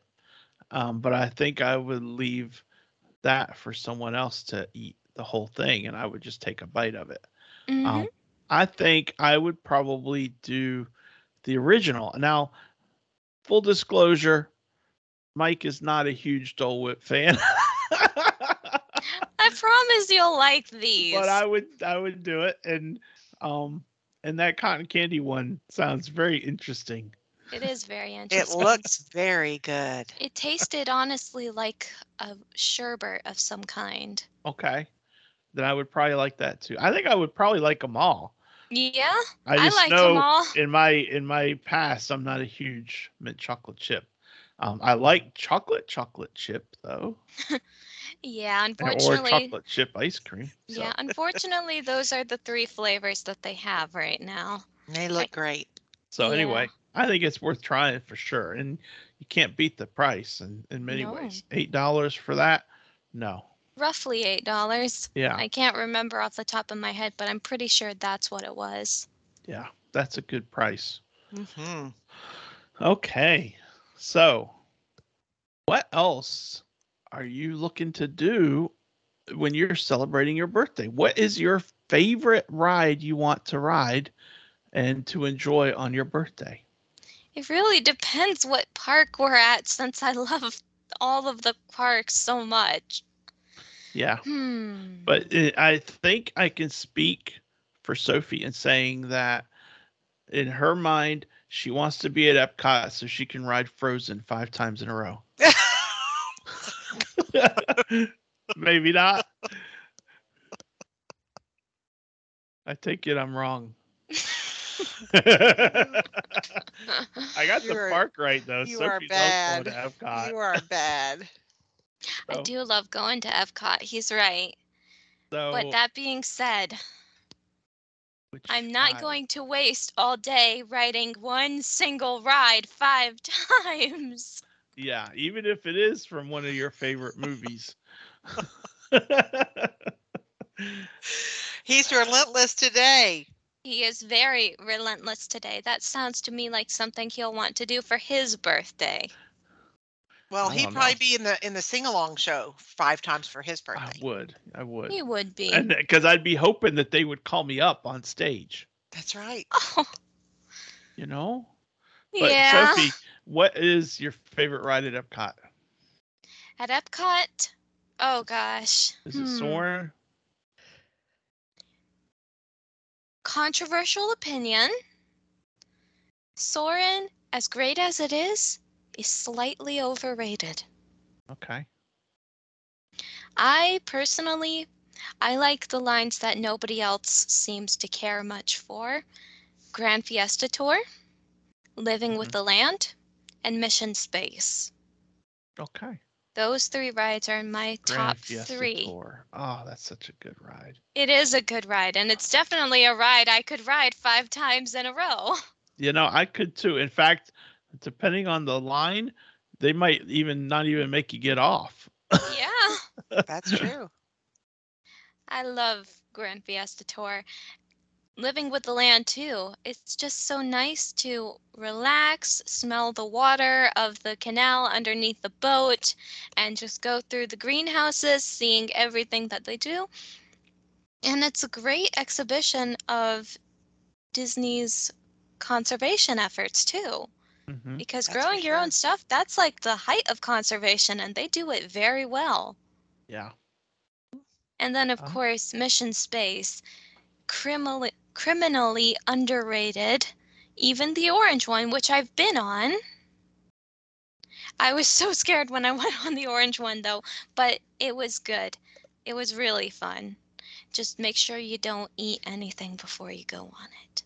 Speaker 2: um, but I think I would leave that for someone else to eat the whole thing, and I would just take a bite of it.
Speaker 3: Mhm.
Speaker 2: Um, I think I would probably do the original. Now, full disclosure, Mike is not a huge Dole Whip fan.
Speaker 3: I promise you'll like these.
Speaker 2: but I would I would do it and um and that cotton candy one sounds very interesting.
Speaker 3: It is very
Speaker 4: It
Speaker 3: interesting.
Speaker 4: looks very good.
Speaker 3: It tasted honestly like a sherbet of some kind.
Speaker 2: Okay. Then I would probably like that too. I think I would probably like them all.
Speaker 3: Yeah,
Speaker 2: I
Speaker 3: I,
Speaker 2: just
Speaker 3: like
Speaker 2: know
Speaker 3: them all.
Speaker 2: in my in my past I'm not a huge mint chocolate chip. Um, I like chocolate chocolate chip though,
Speaker 3: Yeah,
Speaker 2: or
Speaker 3: unfortunately.
Speaker 2: chocolate chip ice cream. So.
Speaker 3: Yeah, unfortunately, those are the three flavors that they have right now.
Speaker 4: They look great.
Speaker 2: So
Speaker 3: Yeah.
Speaker 2: anyway, I think it's worth trying for sure, and you can't beat the price in in many
Speaker 3: No.
Speaker 2: ways. Eight dollars for that? No.
Speaker 3: Roughly $8.
Speaker 2: Yeah,
Speaker 3: I can't remember off the top of my head, but I'm pretty sure that's what it was.
Speaker 2: yeah, that's a good price.
Speaker 4: hmm
Speaker 2: Okay, so what else are you looking to do when you're celebrating your birthday? What is your favorite ride you want to ride and to enjoy on your birthday?
Speaker 3: It really depends what park we're at since I love all of the parks so much.
Speaker 2: Yeah.
Speaker 3: Hmm.
Speaker 2: But it, I think I can speak for Sophie in saying that in her mind, she wants to be at Epcot so she can ride Frozen five times in a row. Maybe not. I take it I'm wrong. I got
Speaker 4: You
Speaker 2: the
Speaker 4: are-
Speaker 2: park right though.
Speaker 4: you are
Speaker 2: Sophie's also going
Speaker 4: bad.
Speaker 2: to Epcot.
Speaker 4: You are bad.
Speaker 3: I
Speaker 2: so-
Speaker 3: do love going to Epcot. He's right.
Speaker 2: so,
Speaker 3: But that being said,
Speaker 2: which
Speaker 3: I'm not
Speaker 2: I-
Speaker 3: going to waste all day riding one single ride five times.
Speaker 2: Yeah, even if it is from one of your favorite movies.
Speaker 4: He's relentless today.
Speaker 3: He is very relentless today. That sounds to me like something he'll want to do for his birthday.
Speaker 4: Well,
Speaker 2: I
Speaker 4: he'd
Speaker 2: don't know.
Speaker 4: probably be in the in the sing along show five times for his
Speaker 2: I
Speaker 4: birthday.
Speaker 2: would. I would.
Speaker 3: He would be.
Speaker 2: And because I'd be hoping that they would call me up on stage,
Speaker 4: That's right.
Speaker 3: Oh,
Speaker 2: you know? But
Speaker 3: yeah.
Speaker 2: Sophie, what is your favorite ride at Epcot?
Speaker 3: At Epcot? Oh, gosh.
Speaker 2: Is it
Speaker 3: Hmm.
Speaker 2: Soren?
Speaker 3: Controversial opinion. Soren, as great as it is, is slightly overrated.
Speaker 2: Okay.
Speaker 3: I personally, I like the lines that nobody else seems to care much for Grand Fiesta Tour, Living with
Speaker 2: Mhm.
Speaker 3: the Land, and Mission Space.
Speaker 2: Okay.
Speaker 3: Those three rides are in my top
Speaker 2: Fiesta
Speaker 3: three.
Speaker 2: Tour. Oh, that's such a good ride.
Speaker 3: It is a good ride, and it's definitely a ride I could ride five times in a row.
Speaker 2: You know, I could too. In fact, depending on the line, they might even not even make you get off.
Speaker 3: yeah.
Speaker 4: That's true.
Speaker 3: I love Grand Fiesta Tour. Living with the land too. It's just so nice to relax, smell the water of the canal underneath the boat, and just go through the greenhouses, seeing everything that they do. And it's a great exhibition of Disney's conservation efforts too.
Speaker 2: Mhm.
Speaker 3: Because
Speaker 4: Mm-hmm. That's for
Speaker 3: growing your
Speaker 4: sure.
Speaker 3: own stuff, that's like the height of conservation, and they do it very well.
Speaker 2: Yeah.
Speaker 3: And then, of
Speaker 2: Uh-huh.
Speaker 3: course, Mission Space, criminally, criminally underrated. Even the orange one, which I've been on. I was so scared when I went on the orange one, though, but it was good. It was really fun. Just make sure you don't eat anything before you go on it.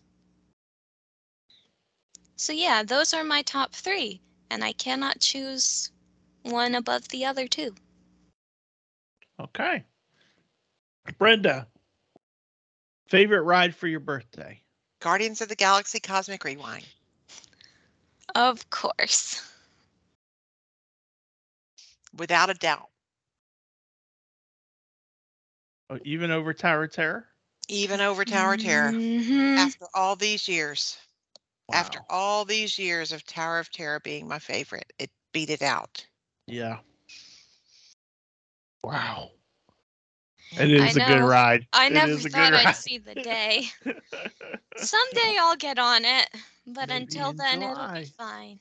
Speaker 3: So, yeah, those are my top three, and I cannot choose one above the other two.
Speaker 2: Okay. Brenda, favorite ride for your birthday?
Speaker 4: Guardians of the Galaxy Cosmic Rewind.
Speaker 3: Of course.
Speaker 4: Without a doubt.
Speaker 2: Oh, Even over Tower of Terror?
Speaker 4: Even over Tower of Terror.
Speaker 3: Mhm.
Speaker 4: After all these years. After
Speaker 2: Wow.
Speaker 4: all these years of Tower of Terror being my favorite, it beat it out.
Speaker 2: Yeah. Wow. It is
Speaker 3: I
Speaker 2: a good
Speaker 3: know.
Speaker 2: ride.
Speaker 3: I
Speaker 2: It
Speaker 3: never
Speaker 2: is a good
Speaker 3: thought I'd
Speaker 2: ride.
Speaker 3: see the day. Someday I'll get on it, but
Speaker 2: Maybe
Speaker 3: until
Speaker 2: in
Speaker 3: then, it'll
Speaker 2: July.
Speaker 3: be fine.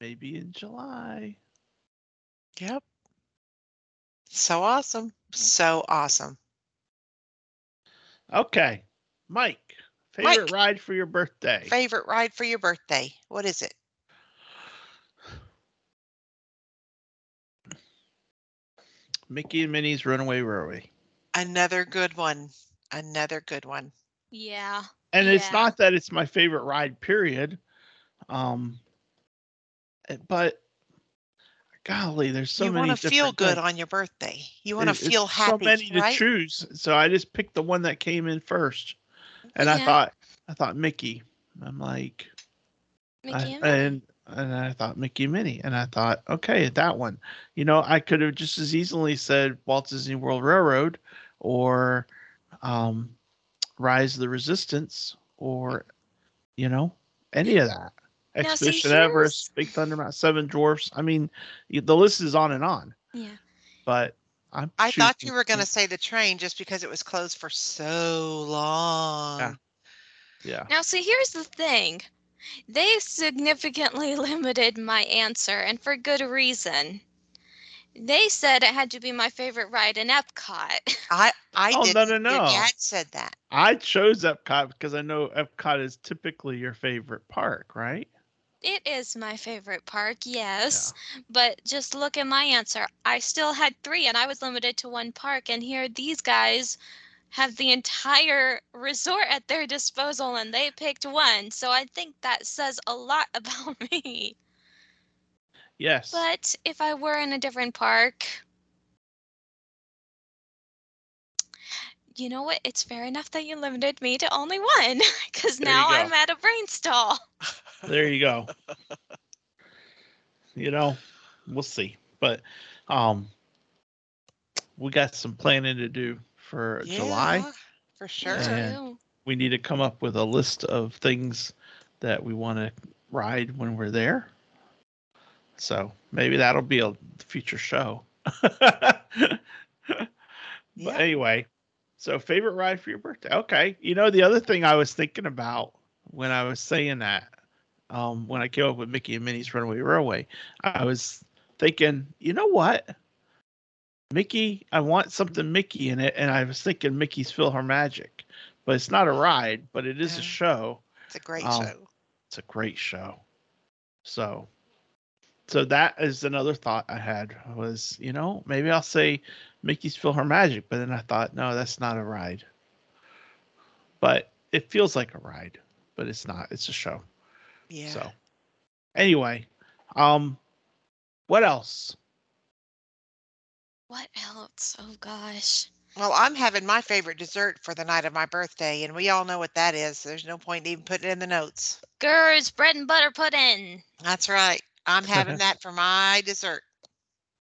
Speaker 2: Maybe in July.
Speaker 4: Yep. So awesome. So awesome.
Speaker 2: Okay. Mike, favorite
Speaker 4: Mike.
Speaker 2: ride for your birthday?
Speaker 4: Favorite ride for your birthday? What is it?
Speaker 2: Mickey and Minnie's Runaway Railway.
Speaker 4: Another good one. Another good one.
Speaker 3: Yeah.
Speaker 2: and
Speaker 3: Yeah.
Speaker 2: it's not that it's my favorite ride period um eh, but golly there's so
Speaker 4: you
Speaker 2: many
Speaker 4: want to feel
Speaker 2: different
Speaker 4: good
Speaker 2: things.
Speaker 4: on your birthday. You want to
Speaker 2: It- it's
Speaker 4: feel
Speaker 2: so
Speaker 4: happy,
Speaker 2: many
Speaker 4: right?
Speaker 2: to choose so i just picked the one that came in first and i
Speaker 3: Yeah.
Speaker 2: thought i thought mickey i'm like I-
Speaker 3: Mickey and Minnie.
Speaker 2: and and i thought mickey and minnie and i thought okay that one you know i could have just as easily said walt disney world railroad or um rise of the resistance or you know any of that
Speaker 3: Now, see,
Speaker 2: expedition
Speaker 3: here's-
Speaker 2: everest big thunder mountain seven dwarfs i mean y- the list is on and on
Speaker 3: Yeah.
Speaker 2: but i'm
Speaker 4: I thought you
Speaker 2: choosing-
Speaker 4: were going to say the train just because it was closed for so long.
Speaker 2: Yeah. yeah
Speaker 3: Now, see, here's the thing they significantly limited my answer, and for good reason. They said it had to be my favorite ride in Epcot.
Speaker 4: I I
Speaker 2: Oh, no,
Speaker 4: didn't.
Speaker 2: no,
Speaker 4: Your
Speaker 2: no.
Speaker 4: dad said that.
Speaker 2: i chose epcot because i know epcot is typically your favorite park right
Speaker 3: It is my favorite park, yes. But just look at my answer. I still had three and I was limited to one park. And here these guys have the entire resort at their disposal and they picked one. So I think that says a lot about me.
Speaker 2: Yes.
Speaker 3: But if I were in a different park, you know what? It's fair enough that you limited me to only one because
Speaker 2: There you
Speaker 3: now
Speaker 2: go.
Speaker 3: I'm at a brain stall.
Speaker 2: there you go. you know, we'll see. But um we got some planning to do for July.
Speaker 4: Yeah, for sure.
Speaker 2: Yeah. We need to come up with a list of things that we want to ride when we're there. So maybe that'll be a future show. but
Speaker 4: Yeah.
Speaker 2: anyway, so favorite ride for your birthday. Okay. You know, the other thing I was thinking about when I was saying that, um, when I came up with Mickey and Minnie's Runaway Railway, I was thinking, you know what? Mickey, I want something Mickey in it. And I was thinking Mickey's PhilharMagic, but it's not a ride, but it is
Speaker 4: Yeah.
Speaker 2: a show.
Speaker 4: It's a great
Speaker 2: Um,
Speaker 4: show.
Speaker 2: It's a great show. So, so that is another thought I had was, you know, maybe I'll say Mickey's PhilharMagic, but then I thought, no, that's not a ride. But it feels like a ride, but it's not. It's a show.
Speaker 4: Yeah.
Speaker 2: So, anyway, um, what else?
Speaker 3: What else? Oh gosh.
Speaker 4: Well, I'm having my favorite dessert for the night of my birthday, and we all know what that is. so there's no point in even putting it in the notes.
Speaker 3: Gers, bread and butter pudding.
Speaker 4: That's right. I'm having that for my dessert.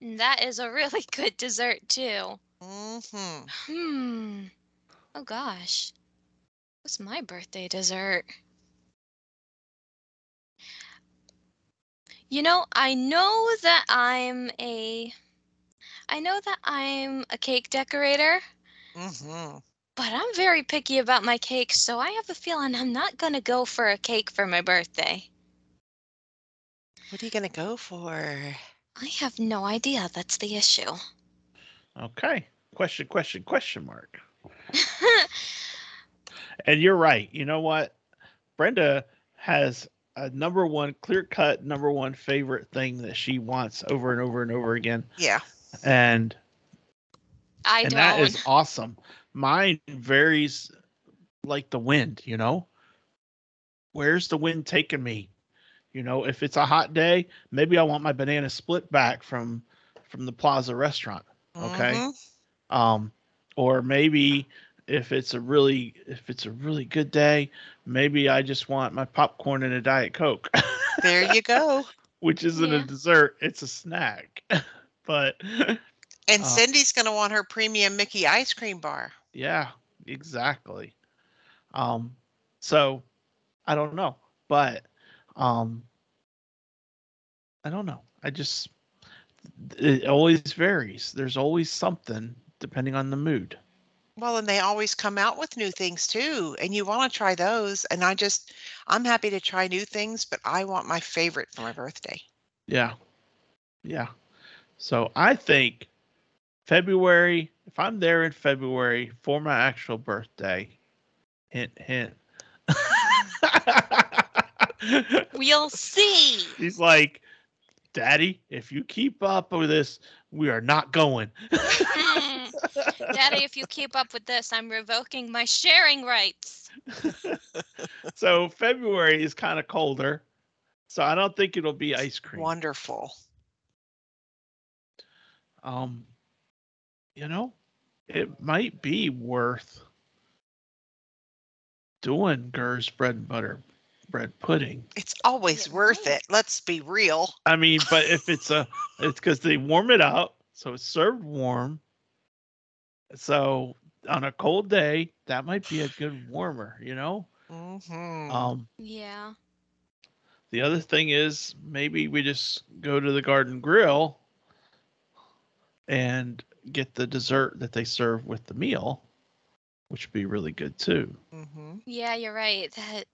Speaker 3: And That is a really good dessert too.
Speaker 4: Mm-hmm.
Speaker 3: Hmm. Oh gosh. What's my birthday dessert? You know, I know that I'm a I know that I'm a cake decorator,
Speaker 4: Mm-hmm.
Speaker 3: but I'm very picky about my cakes, so I have a feeling I'm not going to go for a cake for my birthday.
Speaker 4: What are you gonna go for?
Speaker 3: I have no idea. That's the issue.
Speaker 2: Okay. Question, question, question mark. And you're right. You know what? Brenda has a number one, clear cut, number one favorite thing that she wants over and over and over again.
Speaker 4: Yeah.
Speaker 2: And
Speaker 3: I
Speaker 2: and
Speaker 3: don't.
Speaker 2: that is awesome. Mine varies like the wind, you know. Where's the wind taking me? You know, if it's a hot day, maybe I want my banana split back from from the Plaza restaurant. Okay.
Speaker 4: Mhm.
Speaker 2: Um or maybe if it's a really if it's a really good day, maybe I just want my popcorn and a diet coke,
Speaker 4: There you go.
Speaker 2: which isn't
Speaker 3: Yeah.
Speaker 2: a dessert, it's a snack. but
Speaker 4: And
Speaker 2: Uh,
Speaker 4: Cindy's gonna want her premium Mickey ice cream bar.
Speaker 2: Yeah, exactly. Um, so I don't know, but um, I don't know. I just it always varies. There's always something depending on the mood.
Speaker 4: Well, and they always come out with new things too, and you want to try those. And I just, I'm happy to try new things, but I want my favorite for my birthday.
Speaker 2: Yeah, yeah. So I think February. If I'm there in February for my actual birthday, hint, hint.
Speaker 3: We'll see.
Speaker 2: He's like, Daddy, if you keep up with this, we are not going.
Speaker 3: Hmm. Daddy, if you keep up with this, I'm revoking my sharing rights.
Speaker 2: So February is kind of colder. So I don't think it'll be ice cream.
Speaker 4: Wonderful.
Speaker 2: Um you know, it might be worth doing Gur's bread and butter bread pudding.
Speaker 4: It's always
Speaker 3: Yeah,
Speaker 4: worth
Speaker 3: right.
Speaker 4: it. Let's be real.
Speaker 2: I mean, but if it's a it's cuz they warm it up, so it's served warm. So on a cold day, that might be a good warmer, you know?
Speaker 4: Mm-hmm.
Speaker 2: Um
Speaker 3: Yeah.
Speaker 2: The other thing is maybe we just go to the garden grill and get the dessert that they serve with the meal, which would be really good too.
Speaker 4: hmm
Speaker 3: Yeah, you're right. That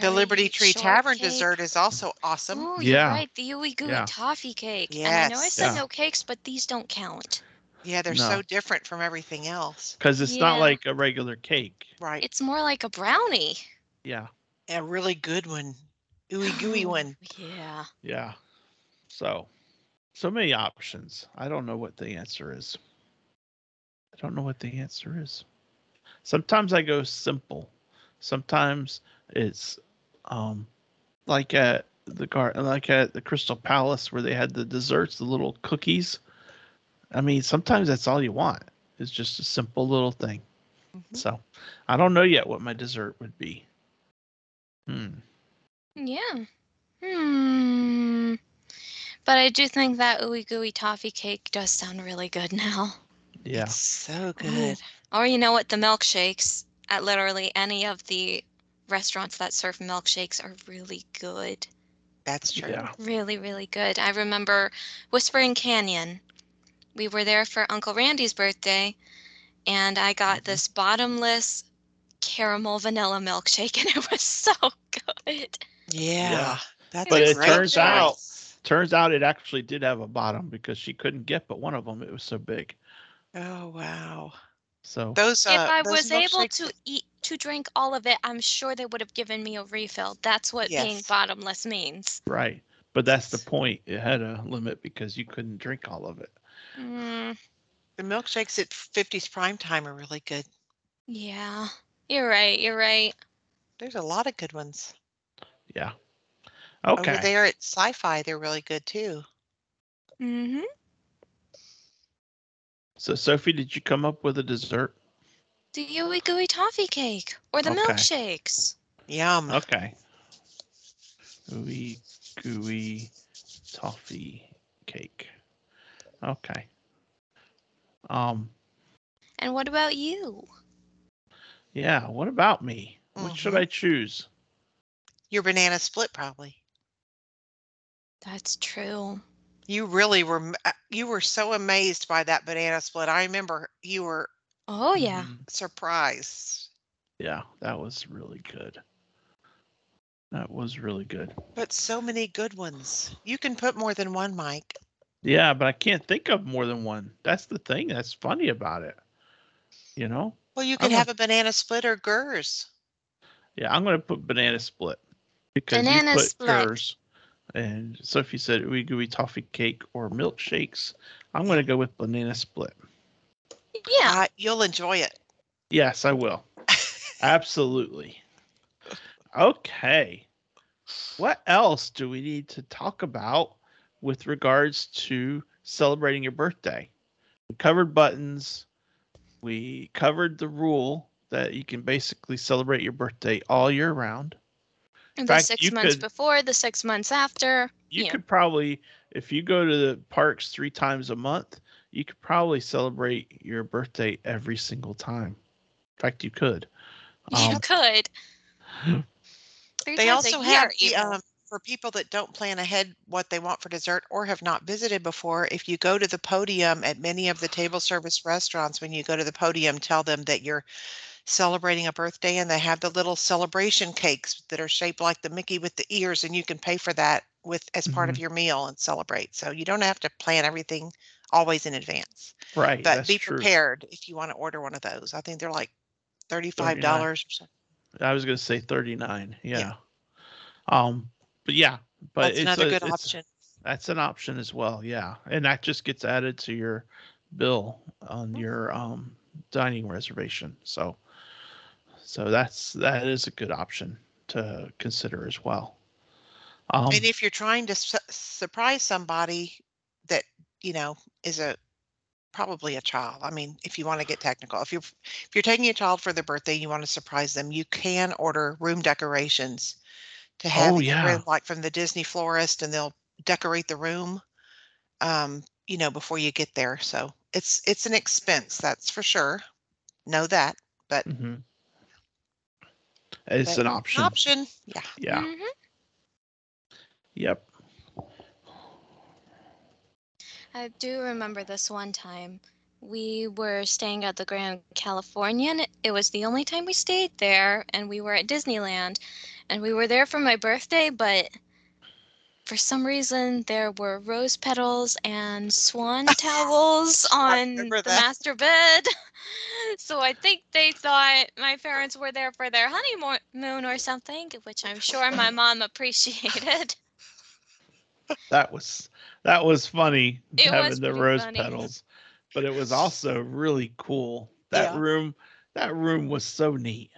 Speaker 4: The Liberty
Speaker 3: berry
Speaker 4: Tree Tavern
Speaker 3: shortcake.
Speaker 4: dessert is also awesome.
Speaker 3: Oh, you're
Speaker 2: Yeah.
Speaker 3: right. The Yui Gooey
Speaker 2: Yeah.
Speaker 3: Toffee Cake. And I know I
Speaker 4: Yes.
Speaker 3: said
Speaker 2: Yeah.
Speaker 3: no cakes, but these don't count.
Speaker 4: Yeah, they're
Speaker 2: No.
Speaker 4: so different from everything else.
Speaker 2: Because it's
Speaker 3: Yeah.
Speaker 2: not like a regular cake.
Speaker 4: Right.
Speaker 3: It's more like a brownie.
Speaker 2: Yeah.
Speaker 4: A really good one. Ooey gooey one.
Speaker 3: Yeah.
Speaker 2: Yeah. So, so many options. I don't know what the answer is. I don't know what the answer is. Sometimes I go simple. Sometimes it's um like at the gar like at the Crystal Palace where they had the desserts, the little cookies. I mean, sometimes that's all you want. It's just a simple little thing.
Speaker 4: Mhm.
Speaker 2: So, I don't know yet what my dessert would be. Hmm.
Speaker 3: Yeah. Hmm. But I do think that ooey gooey toffee cake does sound really good now.
Speaker 2: Yeah.
Speaker 4: It's so good.
Speaker 3: Or you know what? The milkshakes at literally any of the restaurants that serve milkshakes are really good.
Speaker 4: That's true.
Speaker 2: Yeah.
Speaker 3: Really, really good. I remember Whispering Canyon. We were there for Uncle Randy's birthday, and I got
Speaker 4: Mm-hmm.
Speaker 2: Mhm.
Speaker 3: this bottomless caramel vanilla milkshake, and it was so good.
Speaker 4: Yeah.
Speaker 2: Yeah.
Speaker 4: That's
Speaker 2: But
Speaker 4: a
Speaker 2: it
Speaker 4: great
Speaker 2: turns out-
Speaker 4: choice.
Speaker 2: Turns out it actually did have a bottom because she couldn't get but one of them. It was so big.
Speaker 4: Oh wow.
Speaker 2: So
Speaker 4: Those uh,
Speaker 3: if I
Speaker 4: those
Speaker 3: was able
Speaker 4: milkshakes-
Speaker 3: to eat to drink all of it, I'm sure they would have given me a refill. That's what being
Speaker 4: Yes.
Speaker 3: bottomless means.
Speaker 2: right, but that's the point. It had a limit because you couldn't drink all of it.
Speaker 3: Mm,
Speaker 4: the milkshakes at 50s prime time are really good.
Speaker 3: yeah, you're right. You're right.
Speaker 4: There's a lot of good ones.
Speaker 2: Yeah. Okay.
Speaker 4: Over there at Sci-Fi, they're really good too.
Speaker 3: Mm-hmm.
Speaker 2: So Sophie, did you come up with a dessert?
Speaker 3: The ooey gooey toffee cake or the
Speaker 2: Okay.
Speaker 3: milkshakes.
Speaker 4: Yum.
Speaker 2: Okay. Ooey gooey toffee cake. Okay. Um.
Speaker 3: And what about you?
Speaker 2: Yeah. What about me? What should
Speaker 3: Mm-hmm.
Speaker 4: Mhm.
Speaker 2: I choose?
Speaker 4: Your banana split probably.
Speaker 3: That's true.
Speaker 4: You really were m- uh, you were so amazed by that banana split. I remember you were
Speaker 3: Oh yeah.
Speaker 2: Mhm.
Speaker 4: surprised.
Speaker 2: Yeah, that was really good. That was really good.
Speaker 4: But so many good ones. You can put more than one, Mike.
Speaker 2: Yeah, but I can't think of more than one. That's the thing that's funny about it. You know?
Speaker 4: Well, you
Speaker 2: I'm
Speaker 4: could
Speaker 2: a-
Speaker 4: have a banana split or GERS.
Speaker 2: Yeah, I'm gonna put banana split because
Speaker 3: Banana
Speaker 2: you put
Speaker 3: split.
Speaker 2: hers, and Sophie said ooey gooey toffee cake or milkshakes. I'm gonna go with banana split. Mm-hmm.
Speaker 3: Yeah.
Speaker 4: Uh, you'll enjoy it.
Speaker 2: Yes, I will. Absolutely. Okay. What else do we need to talk about with regards to celebrating your birthday? We covered buttons. We covered the rule that you can basically celebrate your birthday all year round.
Speaker 3: the
Speaker 2: fact,
Speaker 3: six
Speaker 2: you
Speaker 3: months
Speaker 2: could-
Speaker 3: before, the six months after.
Speaker 2: You
Speaker 3: Yeah.
Speaker 2: could probably, if you go to the parks three times a month, you could probably celebrate your birthday every single time. In fact, you could.
Speaker 3: you
Speaker 2: Um,
Speaker 3: could. Three
Speaker 4: They
Speaker 3: times a
Speaker 4: also
Speaker 3: year
Speaker 4: have the,
Speaker 3: even.
Speaker 4: um, for people that don't plan ahead what they want for dessert or have not visited before, if you go to the podium at many of the table service restaurants, when you go to the podium, tell them that you're celebrating a birthday and they have the little celebration cakes that are shaped like the Mickey with the ears and you can pay for that with as part
Speaker 2: Mm-hmm.
Speaker 4: of your meal and celebrate. So you don't have to plan everything always in advance.
Speaker 2: right.
Speaker 4: But
Speaker 2: that's
Speaker 4: be
Speaker 2: true.
Speaker 4: prepared if you want to order one of those. I think they're like $35 or something.
Speaker 2: I was going to say 39. Yeah.
Speaker 4: Yeah.
Speaker 2: Um, but yeah, but
Speaker 4: That's
Speaker 2: it's
Speaker 4: another
Speaker 2: a-
Speaker 4: good
Speaker 2: it's-
Speaker 4: option.
Speaker 2: That's an option as well. Yeah. And that just gets added to your bill
Speaker 4: Mm-hmm.
Speaker 2: on your um, dining reservation. So, so that's, that is a good option to consider as well. Um,
Speaker 4: and if you're trying to su- surprise somebody that you know is a probably a child i mean if you want to get technical if you're if you're taking a child for their birthday you want to surprise them you can order room decorations to have
Speaker 2: Oh,
Speaker 4: in your
Speaker 2: yeah.
Speaker 4: room, like from the disney florist and they'll decorate the room um you know before you get there so it's it's an expense that's for sure know that
Speaker 2: mhm. It's an
Speaker 4: but
Speaker 2: option.
Speaker 4: option yeah
Speaker 2: Yeah.
Speaker 3: Mhm.
Speaker 2: Yep.
Speaker 3: I do remember this one time. We were staying at the Grand Californian. It was the only time we stayed there, and we were at Disneyland. And we were there for my birthday, but for some reason, there were rose petals and swan towels on the
Speaker 4: remember that.
Speaker 3: master bed. So I think they thought my parents were there for their honeymoon or something, which I'm sure my mom appreciated.
Speaker 2: That was, that was funny
Speaker 3: It was
Speaker 2: having the
Speaker 3: pretty
Speaker 2: rose
Speaker 3: funny.
Speaker 2: petals, but it was also really cool. That
Speaker 4: Yeah.
Speaker 2: room that room was so neat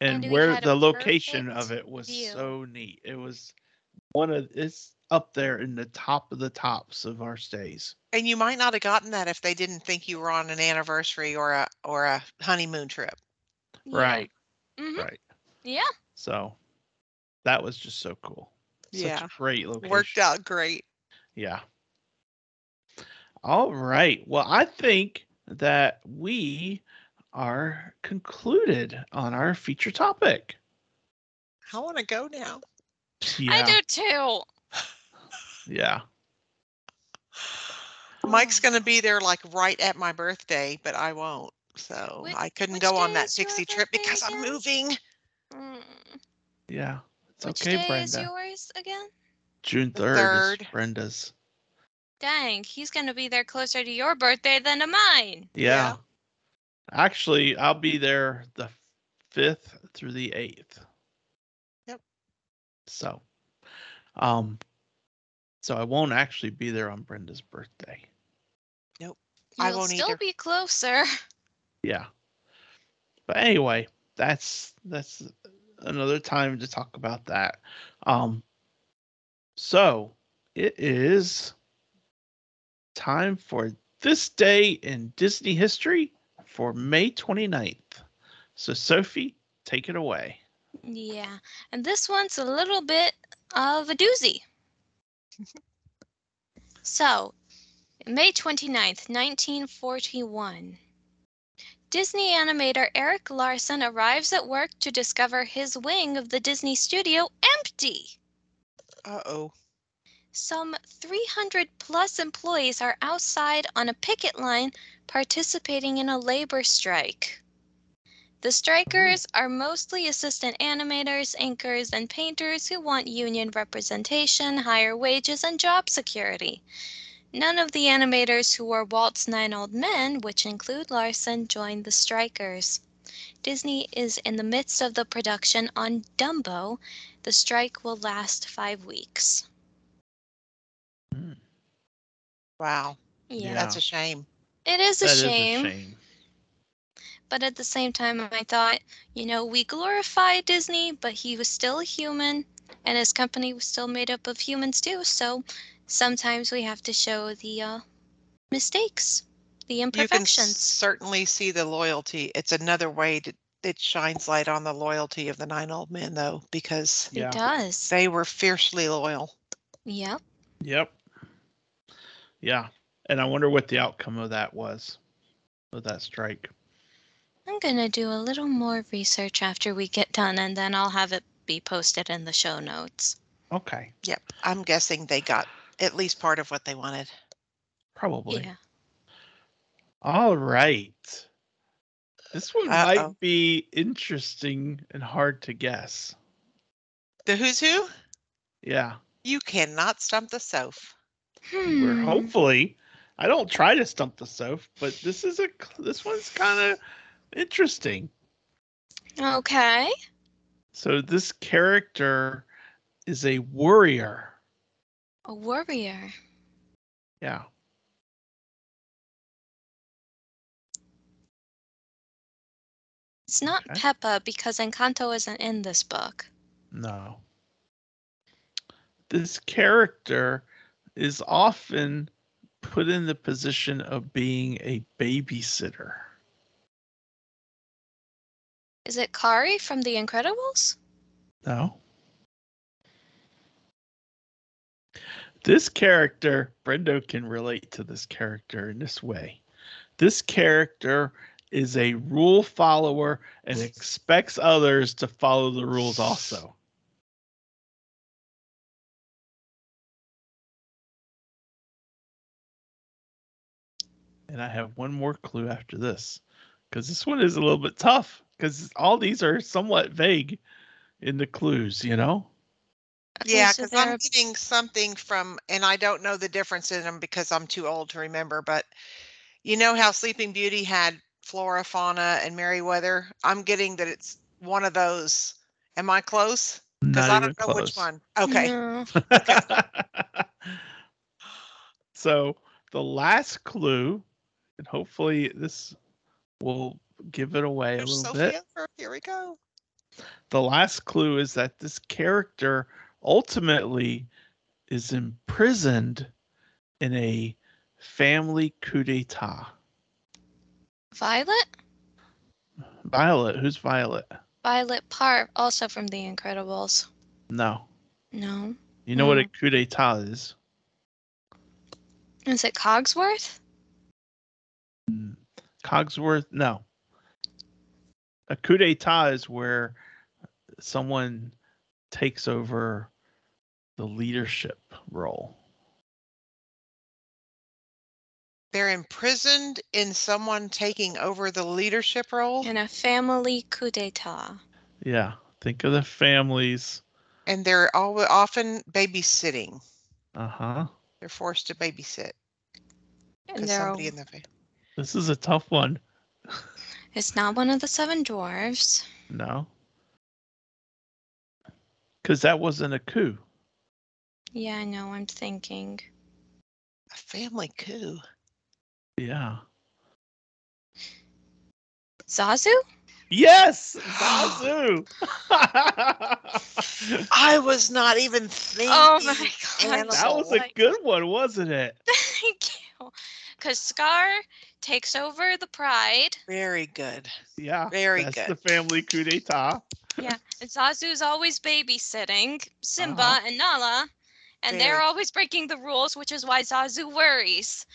Speaker 2: and,
Speaker 3: And we
Speaker 2: where
Speaker 3: had a
Speaker 2: the location of
Speaker 3: perfect
Speaker 2: it was
Speaker 3: view.
Speaker 2: so neat it was one of it's up there in the top of the tops of our stays
Speaker 4: And you might not have gotten that if they didn't think you were on an anniversary or a or a honeymoon trip.
Speaker 2: right
Speaker 3: hmm
Speaker 2: right
Speaker 3: Yeah.
Speaker 2: so that was just so cool Such
Speaker 4: Yeah.
Speaker 2: a great location
Speaker 4: Worked out great.
Speaker 2: Yeah. All right. Well, I think that we are concluded on our feature topic.
Speaker 4: I want to go now.
Speaker 2: Yeah.
Speaker 3: I do too.
Speaker 2: Yeah.
Speaker 4: Mike's going to be there like right at my birthday, but I won't. So
Speaker 3: Which-
Speaker 4: I couldn't
Speaker 3: which
Speaker 4: go on
Speaker 3: day
Speaker 4: that
Speaker 3: is your
Speaker 4: pixie trip
Speaker 3: birthday
Speaker 4: because I'm
Speaker 3: again?
Speaker 4: moving.
Speaker 3: Mm.
Speaker 2: Yeah. It's
Speaker 3: Which
Speaker 2: okay,
Speaker 3: day is
Speaker 2: Brenda.
Speaker 3: yours again?
Speaker 2: June
Speaker 4: The
Speaker 2: 3rd,
Speaker 4: third.
Speaker 2: is Brenda's.
Speaker 3: Dang, he's gonna be there closer to your birthday than to mine.
Speaker 2: Yeah.
Speaker 4: Yeah.
Speaker 2: Actually, I'll be there the 5th through the 8th.
Speaker 4: Yep.
Speaker 2: So, um so I won't actually be there on Brenda's birthday.
Speaker 4: I
Speaker 3: You'll
Speaker 4: won't
Speaker 3: still
Speaker 4: either.
Speaker 3: be closer.
Speaker 2: yeah but anyway that's that's another time to talk about that um so it is time for this day in disney history for may 29th so sophie take it away
Speaker 3: Yeah, and this one's a little bit of a doozy. so, May 29th, 1941, Disney animator Eric Larson arrives at work to discover his wing of the Disney studio empty.
Speaker 4: Uh oh.
Speaker 3: Some 300 plus employees are outside on a picket line participating in a labor strike. The strikers are mostly assistant animators, inkers, and painters who want union representation, higher wages, and job security. None of the animators who were Walt's Nine Old Men, which include Larson, joined the strikers. Disney is in the midst of the production on Dumbo. The strike will last five weeks.
Speaker 4: Wow.
Speaker 2: Yeah.
Speaker 4: That's a shame.
Speaker 3: It is a,
Speaker 2: That is
Speaker 3: shame,
Speaker 2: shame
Speaker 3: but at the same time, I thought, you know, we glorify Disney, but he was still a human, and his company was still made up of humans too. So sometimes we have to show the uh, mistakes, the
Speaker 4: You can
Speaker 3: imperfections.
Speaker 4: certainly see the loyalty. It's another way to, it shines light on the loyalty of the nine old men, though, because
Speaker 2: yeah
Speaker 3: It does.
Speaker 4: they were fiercely loyal.
Speaker 3: Yep.
Speaker 2: yep yeah and i wonder what the outcome of that was with that strike
Speaker 3: I'm gonna do a little more research after we get done, and then I'll have it be posted in the show notes.
Speaker 2: okay
Speaker 4: Yep. I'm guessing they got at least part of what they wanted.
Speaker 2: probably
Speaker 3: Yeah.
Speaker 2: All right. This one
Speaker 4: Uh-oh.
Speaker 2: might be interesting and hard to guess.
Speaker 4: The who's who?
Speaker 2: Yeah.
Speaker 4: You cannot stump the soaf.
Speaker 2: We're
Speaker 3: Hmm.
Speaker 2: hopefully I don't try to stump the soap, but this is a cl- this one's kind of interesting.
Speaker 3: Okay.
Speaker 2: So this character is a warrior.
Speaker 3: A warrior.
Speaker 2: Yeah.
Speaker 3: It's not
Speaker 2: Okay.
Speaker 3: Peppa because Encanto isn't in this book.
Speaker 2: No. This character is often put in the position of being a babysitter.
Speaker 3: Is it Kari from The Incredibles?
Speaker 2: No. This character, Brendo can relate to this character in this way. This character is a rule follower and expects others to follow the rules also. And I have one more clue after this because this one is a little bit tough because all these are somewhat vague in the clues, you know?
Speaker 3: Okay,
Speaker 4: Yeah,
Speaker 3: so
Speaker 4: because I'm
Speaker 3: they're-
Speaker 4: getting something from, and I don't know the difference in them because I'm too old to remember. But you know how Sleeping Beauty had flora, fauna, and Merryweather. I'm getting that it's one of those. Am I close? Because
Speaker 2: Not
Speaker 4: I
Speaker 2: even
Speaker 4: don't know
Speaker 2: close.
Speaker 4: which one. Okay,
Speaker 3: No.
Speaker 2: so the last clue, and hopefully this will give it away a
Speaker 4: There's
Speaker 2: little
Speaker 4: Sophia.
Speaker 2: bit.
Speaker 4: Here we go.
Speaker 2: The last clue is that this character ultimately is imprisoned in a family coup d'etat.
Speaker 3: Violet?
Speaker 2: Violet, who's Violet?
Speaker 3: Violet Parr, also from The Incredibles.
Speaker 2: No.
Speaker 3: No.
Speaker 2: You know what
Speaker 4: Mm.
Speaker 2: a coup d'etat is?
Speaker 3: Is it Cogsworth?
Speaker 2: Mm. Cogsworth? No. A coup d'etat is where someone takes over the leadership role.
Speaker 4: They're imprisoned in someone taking over the leadership role,
Speaker 3: In a family coup d'etat.
Speaker 2: Yeah. Think of the families.
Speaker 4: and they're all often babysitting.
Speaker 2: Uh huh.
Speaker 4: They're forced to babysit
Speaker 3: And
Speaker 4: because
Speaker 3: they're
Speaker 4: somebody
Speaker 3: all-
Speaker 4: in the family.
Speaker 2: This is a tough one.
Speaker 3: It's not one of the seven dwarves.
Speaker 2: No. Because that wasn't a coup.
Speaker 3: Yeah, I know, I'm thinking.
Speaker 4: A family coup.
Speaker 2: Yeah.
Speaker 3: Zazu?
Speaker 2: Yes, Zazu. that
Speaker 4: I was not even thinking.
Speaker 3: Oh my god.
Speaker 4: animal.
Speaker 3: That
Speaker 2: was a good one, wasn't it?
Speaker 3: Thank you. Because Scar takes over the pride.
Speaker 4: Very good.
Speaker 2: Yeah.
Speaker 4: Very
Speaker 2: that's
Speaker 4: good.
Speaker 2: the family coup d'etat.
Speaker 3: Yeah. And Zazu's always babysitting Simba
Speaker 2: Uh-huh.
Speaker 3: and Nala. And they're
Speaker 4: Very-
Speaker 3: always breaking the rules, which is why Zazu worries.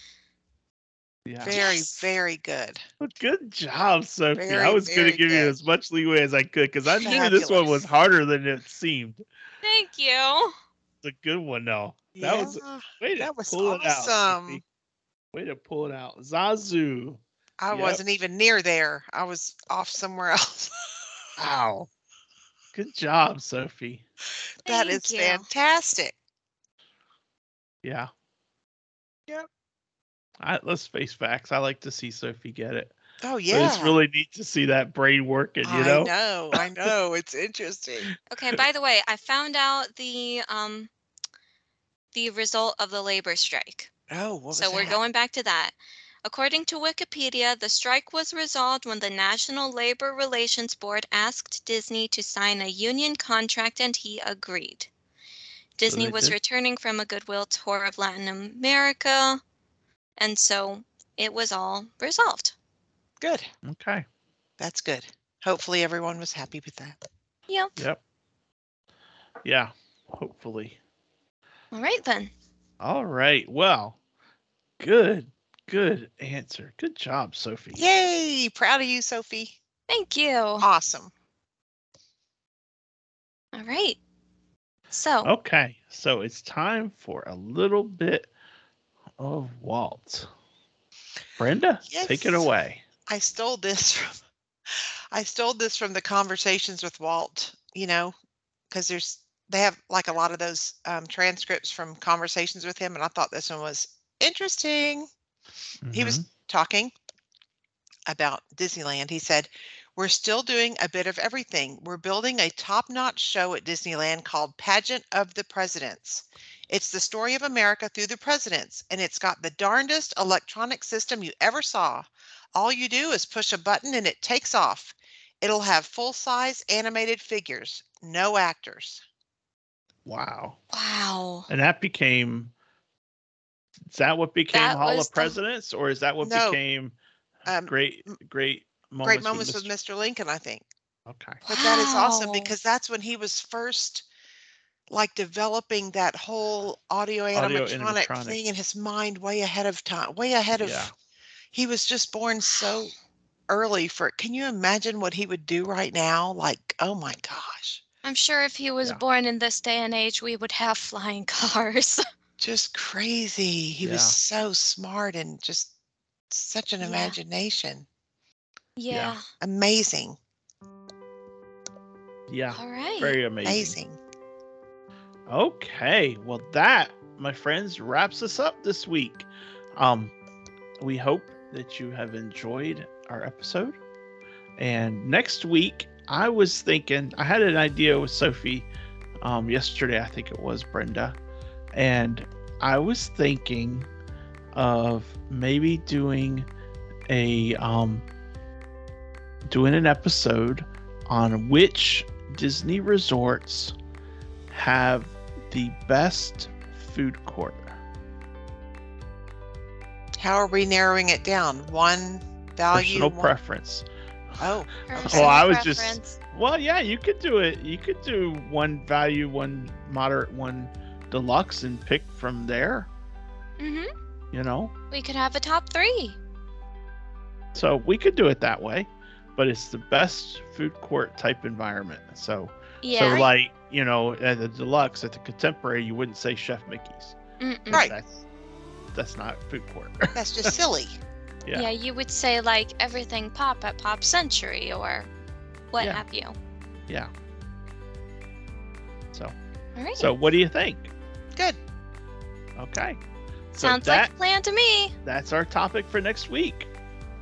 Speaker 2: Yeah.
Speaker 4: Very,
Speaker 3: Yes.
Speaker 4: very good.
Speaker 2: Well, good job, Sophie. I
Speaker 4: Very,
Speaker 2: was going
Speaker 4: very
Speaker 2: to give you
Speaker 4: good.
Speaker 2: as much leeway as I could because I knew this one was
Speaker 4: Fabulous.
Speaker 2: harder than it seemed.
Speaker 3: Thank you.
Speaker 2: It's a good one, though. That was
Speaker 4: Yeah,
Speaker 2: way to
Speaker 4: that was
Speaker 2: pull it out.
Speaker 4: awesome.
Speaker 2: Sophie. Way to pull it out, Zazu.
Speaker 4: I
Speaker 2: yep.
Speaker 4: wasn't even near there. I was off somewhere else.
Speaker 2: Wow. Good job, Sophie.
Speaker 4: that
Speaker 3: Thank
Speaker 4: is
Speaker 3: you.
Speaker 4: fantastic.
Speaker 2: Yeah.
Speaker 4: Yep.
Speaker 2: I, let's face facts. I like to see Sophie get it.
Speaker 4: Oh
Speaker 2: But
Speaker 4: yeah.
Speaker 2: It's really neat to see that brain working, you know?
Speaker 4: I know, I know. It's interesting.
Speaker 3: Okay, by the way, I found out the um the result of the labor strike.
Speaker 4: Oh, what was
Speaker 3: so we're
Speaker 4: that?
Speaker 3: going back to that. According to Wikipedia, the strike was resolved when the National Labor Relations Board asked Disney to sign a union contract and he agreed. Disney
Speaker 2: they
Speaker 3: was
Speaker 2: did.
Speaker 3: returning from a goodwill tour of Latin America, and so it was all resolved.
Speaker 4: Good.
Speaker 2: Okay.
Speaker 4: That's good. Hopefully everyone was happy with that.
Speaker 3: Yep.
Speaker 2: Yep. Yeah. Hopefully.
Speaker 3: All right then.
Speaker 2: All right. Well, good. Good answer. Good job, Sophie.
Speaker 4: Yay! Proud of you, Sophie.
Speaker 3: Thank you. All
Speaker 4: Awesome.
Speaker 3: right. So,
Speaker 4: Oh.
Speaker 2: Okay. So it's time for a little bit of Walt. Brenda, take
Speaker 4: Yes.
Speaker 2: it away.
Speaker 4: I stole this from I stole this from the conversations with Walt, you know, because there's they have like a lot of those um, transcripts from conversations with him, and I thought this one was interesting. He was talking about Disneyland. He said, We're still doing a bit of everything. We're building a top notch show at Disneyland called Pageant of the Presidents. It's the story of America through the presidents, and it's got the darndest electronic system you ever saw. All you do is push a button and it takes off. It'll have full size animated figures, no actors.
Speaker 2: Mm-hmm. Wow.
Speaker 3: wow.
Speaker 2: And that became. Is that what became
Speaker 3: That
Speaker 2: Hall
Speaker 3: was
Speaker 2: of
Speaker 3: the-
Speaker 2: Presidents, or is that what
Speaker 4: No.
Speaker 2: became
Speaker 4: Um,
Speaker 2: great,
Speaker 4: m-
Speaker 2: great moments?
Speaker 4: great
Speaker 2: with
Speaker 4: moments with
Speaker 2: Mr.
Speaker 4: Mr. Lincoln, I think.
Speaker 2: Okay.
Speaker 4: But that is awesome
Speaker 3: Wow.
Speaker 4: because that's when he was first like developing that whole audio
Speaker 2: Audio
Speaker 4: animatronic
Speaker 2: animatronic.
Speaker 4: thing in his mind way ahead of time, way ahead of
Speaker 2: Yeah.
Speaker 4: he was just born so early for can you imagine what he would do right now? Like, oh my gosh.
Speaker 3: I'm sure if he was
Speaker 2: Yeah.
Speaker 3: born in this day and age, we would have flying cars.
Speaker 4: Just crazy. He
Speaker 2: Yeah.
Speaker 4: was so smart and just such an
Speaker 3: Yeah.
Speaker 4: imagination.
Speaker 3: yeah.
Speaker 4: Amazing.
Speaker 2: Yeah.
Speaker 3: All right.
Speaker 2: Very amazing.
Speaker 4: Amazing.
Speaker 2: Okay. Well, that, my friends, wraps us up this week. Um, we hope that you have enjoyed our episode. And next week, I was thinking, I had an idea with Sophie um, yesterday, I think it was Brenda. And I was thinking of maybe doing a um, doing an episode on which Disney resorts have the best food court.
Speaker 4: How are we narrowing it down? One value.
Speaker 2: Personal
Speaker 4: one-
Speaker 2: preference.
Speaker 4: Oh,
Speaker 3: Personal
Speaker 2: I was just-
Speaker 3: preference.
Speaker 2: Well, yeah, you could do it. You could do one value, one moderate, one deluxe, and pick from there.
Speaker 3: Mhm.
Speaker 4: Mm-hmm.
Speaker 2: You know,
Speaker 3: We could have a top three.
Speaker 2: so we could do it that way, but it's the best food court type environment. So,
Speaker 3: Yeah.
Speaker 2: so like you know, at the deluxe, at the contemporary, you wouldn't say Chef Mickey's.
Speaker 3: Mm-mm.
Speaker 4: Right.
Speaker 2: That's that's not food court.
Speaker 4: that's just silly.
Speaker 2: Yeah.
Speaker 3: Yeah. you would say like everything pop at Pop Century or what
Speaker 2: Yeah.
Speaker 3: have you.
Speaker 2: so,
Speaker 3: All right.
Speaker 2: so what do you think?
Speaker 4: Good.
Speaker 2: Okay, so
Speaker 3: Sounds
Speaker 2: that
Speaker 3: like a plan to me.
Speaker 2: that's our topic for next week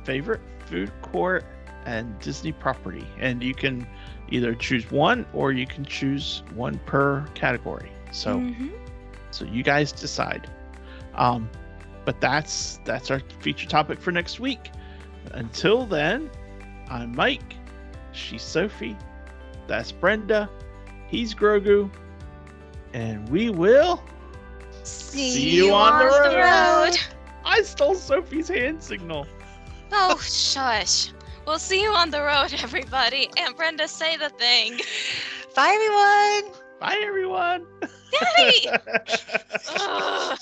Speaker 2: favorite food court and disney property and you can either choose one or you can choose one per category so
Speaker 1: Mm. Mm-hmm.
Speaker 3: Mhm.
Speaker 2: so you guys decide um but that's that's our feature topic for next week until then i'm mike she's sophie that's brenda he's grogu and we will
Speaker 3: See,
Speaker 2: you on the
Speaker 3: road.
Speaker 2: i stole sophie's hand signal
Speaker 3: Oh, shush. We'll see you on the road, everybody. And Brenda, say the thing.
Speaker 4: Bye, everyone.
Speaker 2: Bye, everyone.
Speaker 3: Daddy! Ugh.